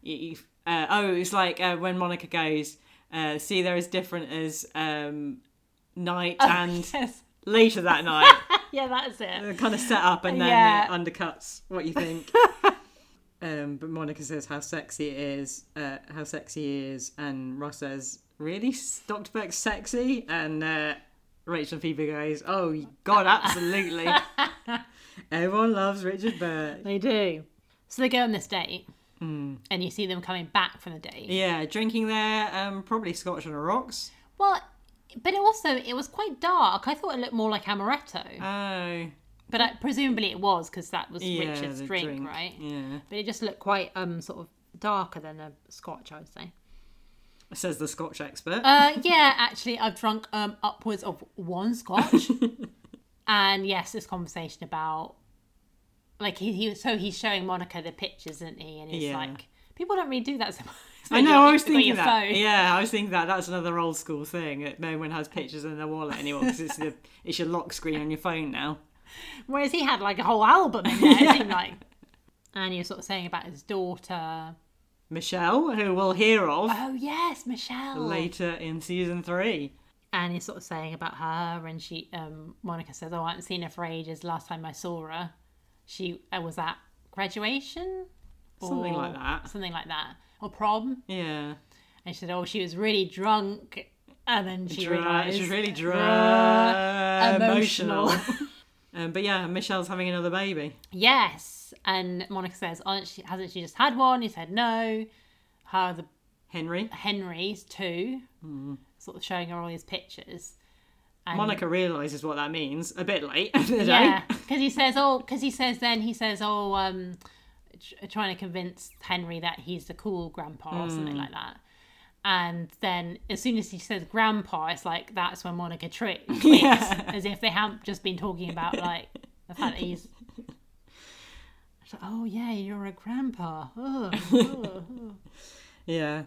you, uh, oh, it's like uh, when Monica goes, uh, see, they're as different as um, night
Oh,
and
Yes.
later that night.
Yeah, that's it.
They kind of set up and then
Yeah.
it undercuts what you think. um, but Monica says how sexy it is, uh, how sexy he is, and Ross says, really, Dr. Burke's sexy? And uh, Rachel and Phoebe goes, oh, God, absolutely. Everyone loves Richard Burke.
They do. So they go on this date, and you see them coming back from the date.
Mm. Yeah, drinking there, um, probably Scotch on the rocks.
Well, but it also, it was quite dark. I thought it looked more like amaretto.
Oh,
But I, presumably it was because that was
yeah,
Richard's
the
drink, right?
Yeah,
But it just looked quite um sort of darker than a Scotch, I would say.
says the Scotch expert.
Uh, yeah, actually, I've drunk um upwards of one Scotch, and yes, this conversation about like he, he was so he's showing Monica the pictures, isn't he? And he's
Yeah.
like, people don't really do that so much.
I know. I
You've
was
got
thinking
your
that.
phone.
Yeah, I was thinking that. That's another old school thing. That no one has pictures in their wallet anymore because it's the it's your lock screen on your phone now.
Whereas he had like a whole album in there, it seemed like. And you're sort of saying about his daughter.
Michelle, who we'll hear of
Oh yes, Michelle.
later in season three.
and he's sort of saying about her and she um monica says oh i haven't seen her for ages last time i saw her she uh, was at graduation
Something
Or
like that.
something like that or prom
Yeah,
and she said oh she was really drunk and then she
Dra-
realized
she's really
Dra-
dry, emotional. um, but yeah, Michelle's having another baby.
yes and monica says aren't she hasn't she just had one he said no her the
Henry.
henry's too
Hmm.
sort of showing her all these pictures and
Monica realizes what that means a bit late. in the day.
Yeah, because he says, oh, because he says then he says, oh, um, tr- trying to convince Henry that he's the cool grandpa or something
Hmm.
like that. And then as soon as he says grandpa, it's like that's when Monica tricks,
Yeah.
as if they haven't just been talking about like the fact that he's. It's like, oh yeah, you're a grandpa. Ugh, ugh, ugh."
Yeah.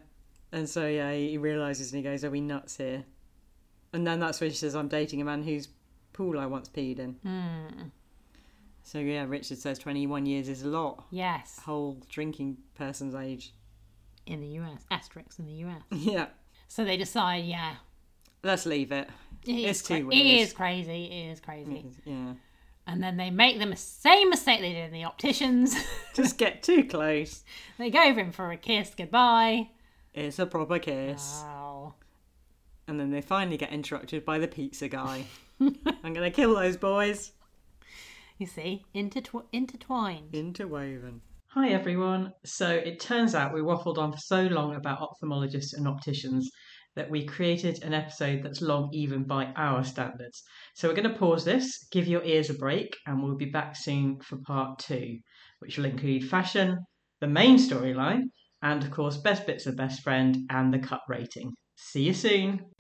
And so, yeah, he he realises and he goes, Are we nuts here? And then that's when she says, I'm dating a man whose pool I once peed in. So, yeah, Richard says 21 years is a lot.
Yes,
Whole drinking person's age.
in the U.S. Asterix in the U.S.
Yeah.
So they decide, yeah,
Let's leave it.
it
It's
is cra-
too
It
weird.
is crazy. It is crazy.
Yeah.
And then they make the mis- same mistake they did in the opticians.
Just get too close.
they go for him for a kiss goodbye.
It's a proper kiss.
Wow.
And then they finally get interrupted by the pizza guy. I'm going to kill those boys.
You see, intertw- intertwined.
Interwoven. Hi everyone. So it turns out we waffled on for so long about ophthalmologists and opticians that we created an episode that's long even by our standards. So we're going to pause this, give your ears a break, and we'll be back soon for part two, which will include fashion, the main storyline, and of course, best bits of best friend and the cup rating. See you soon.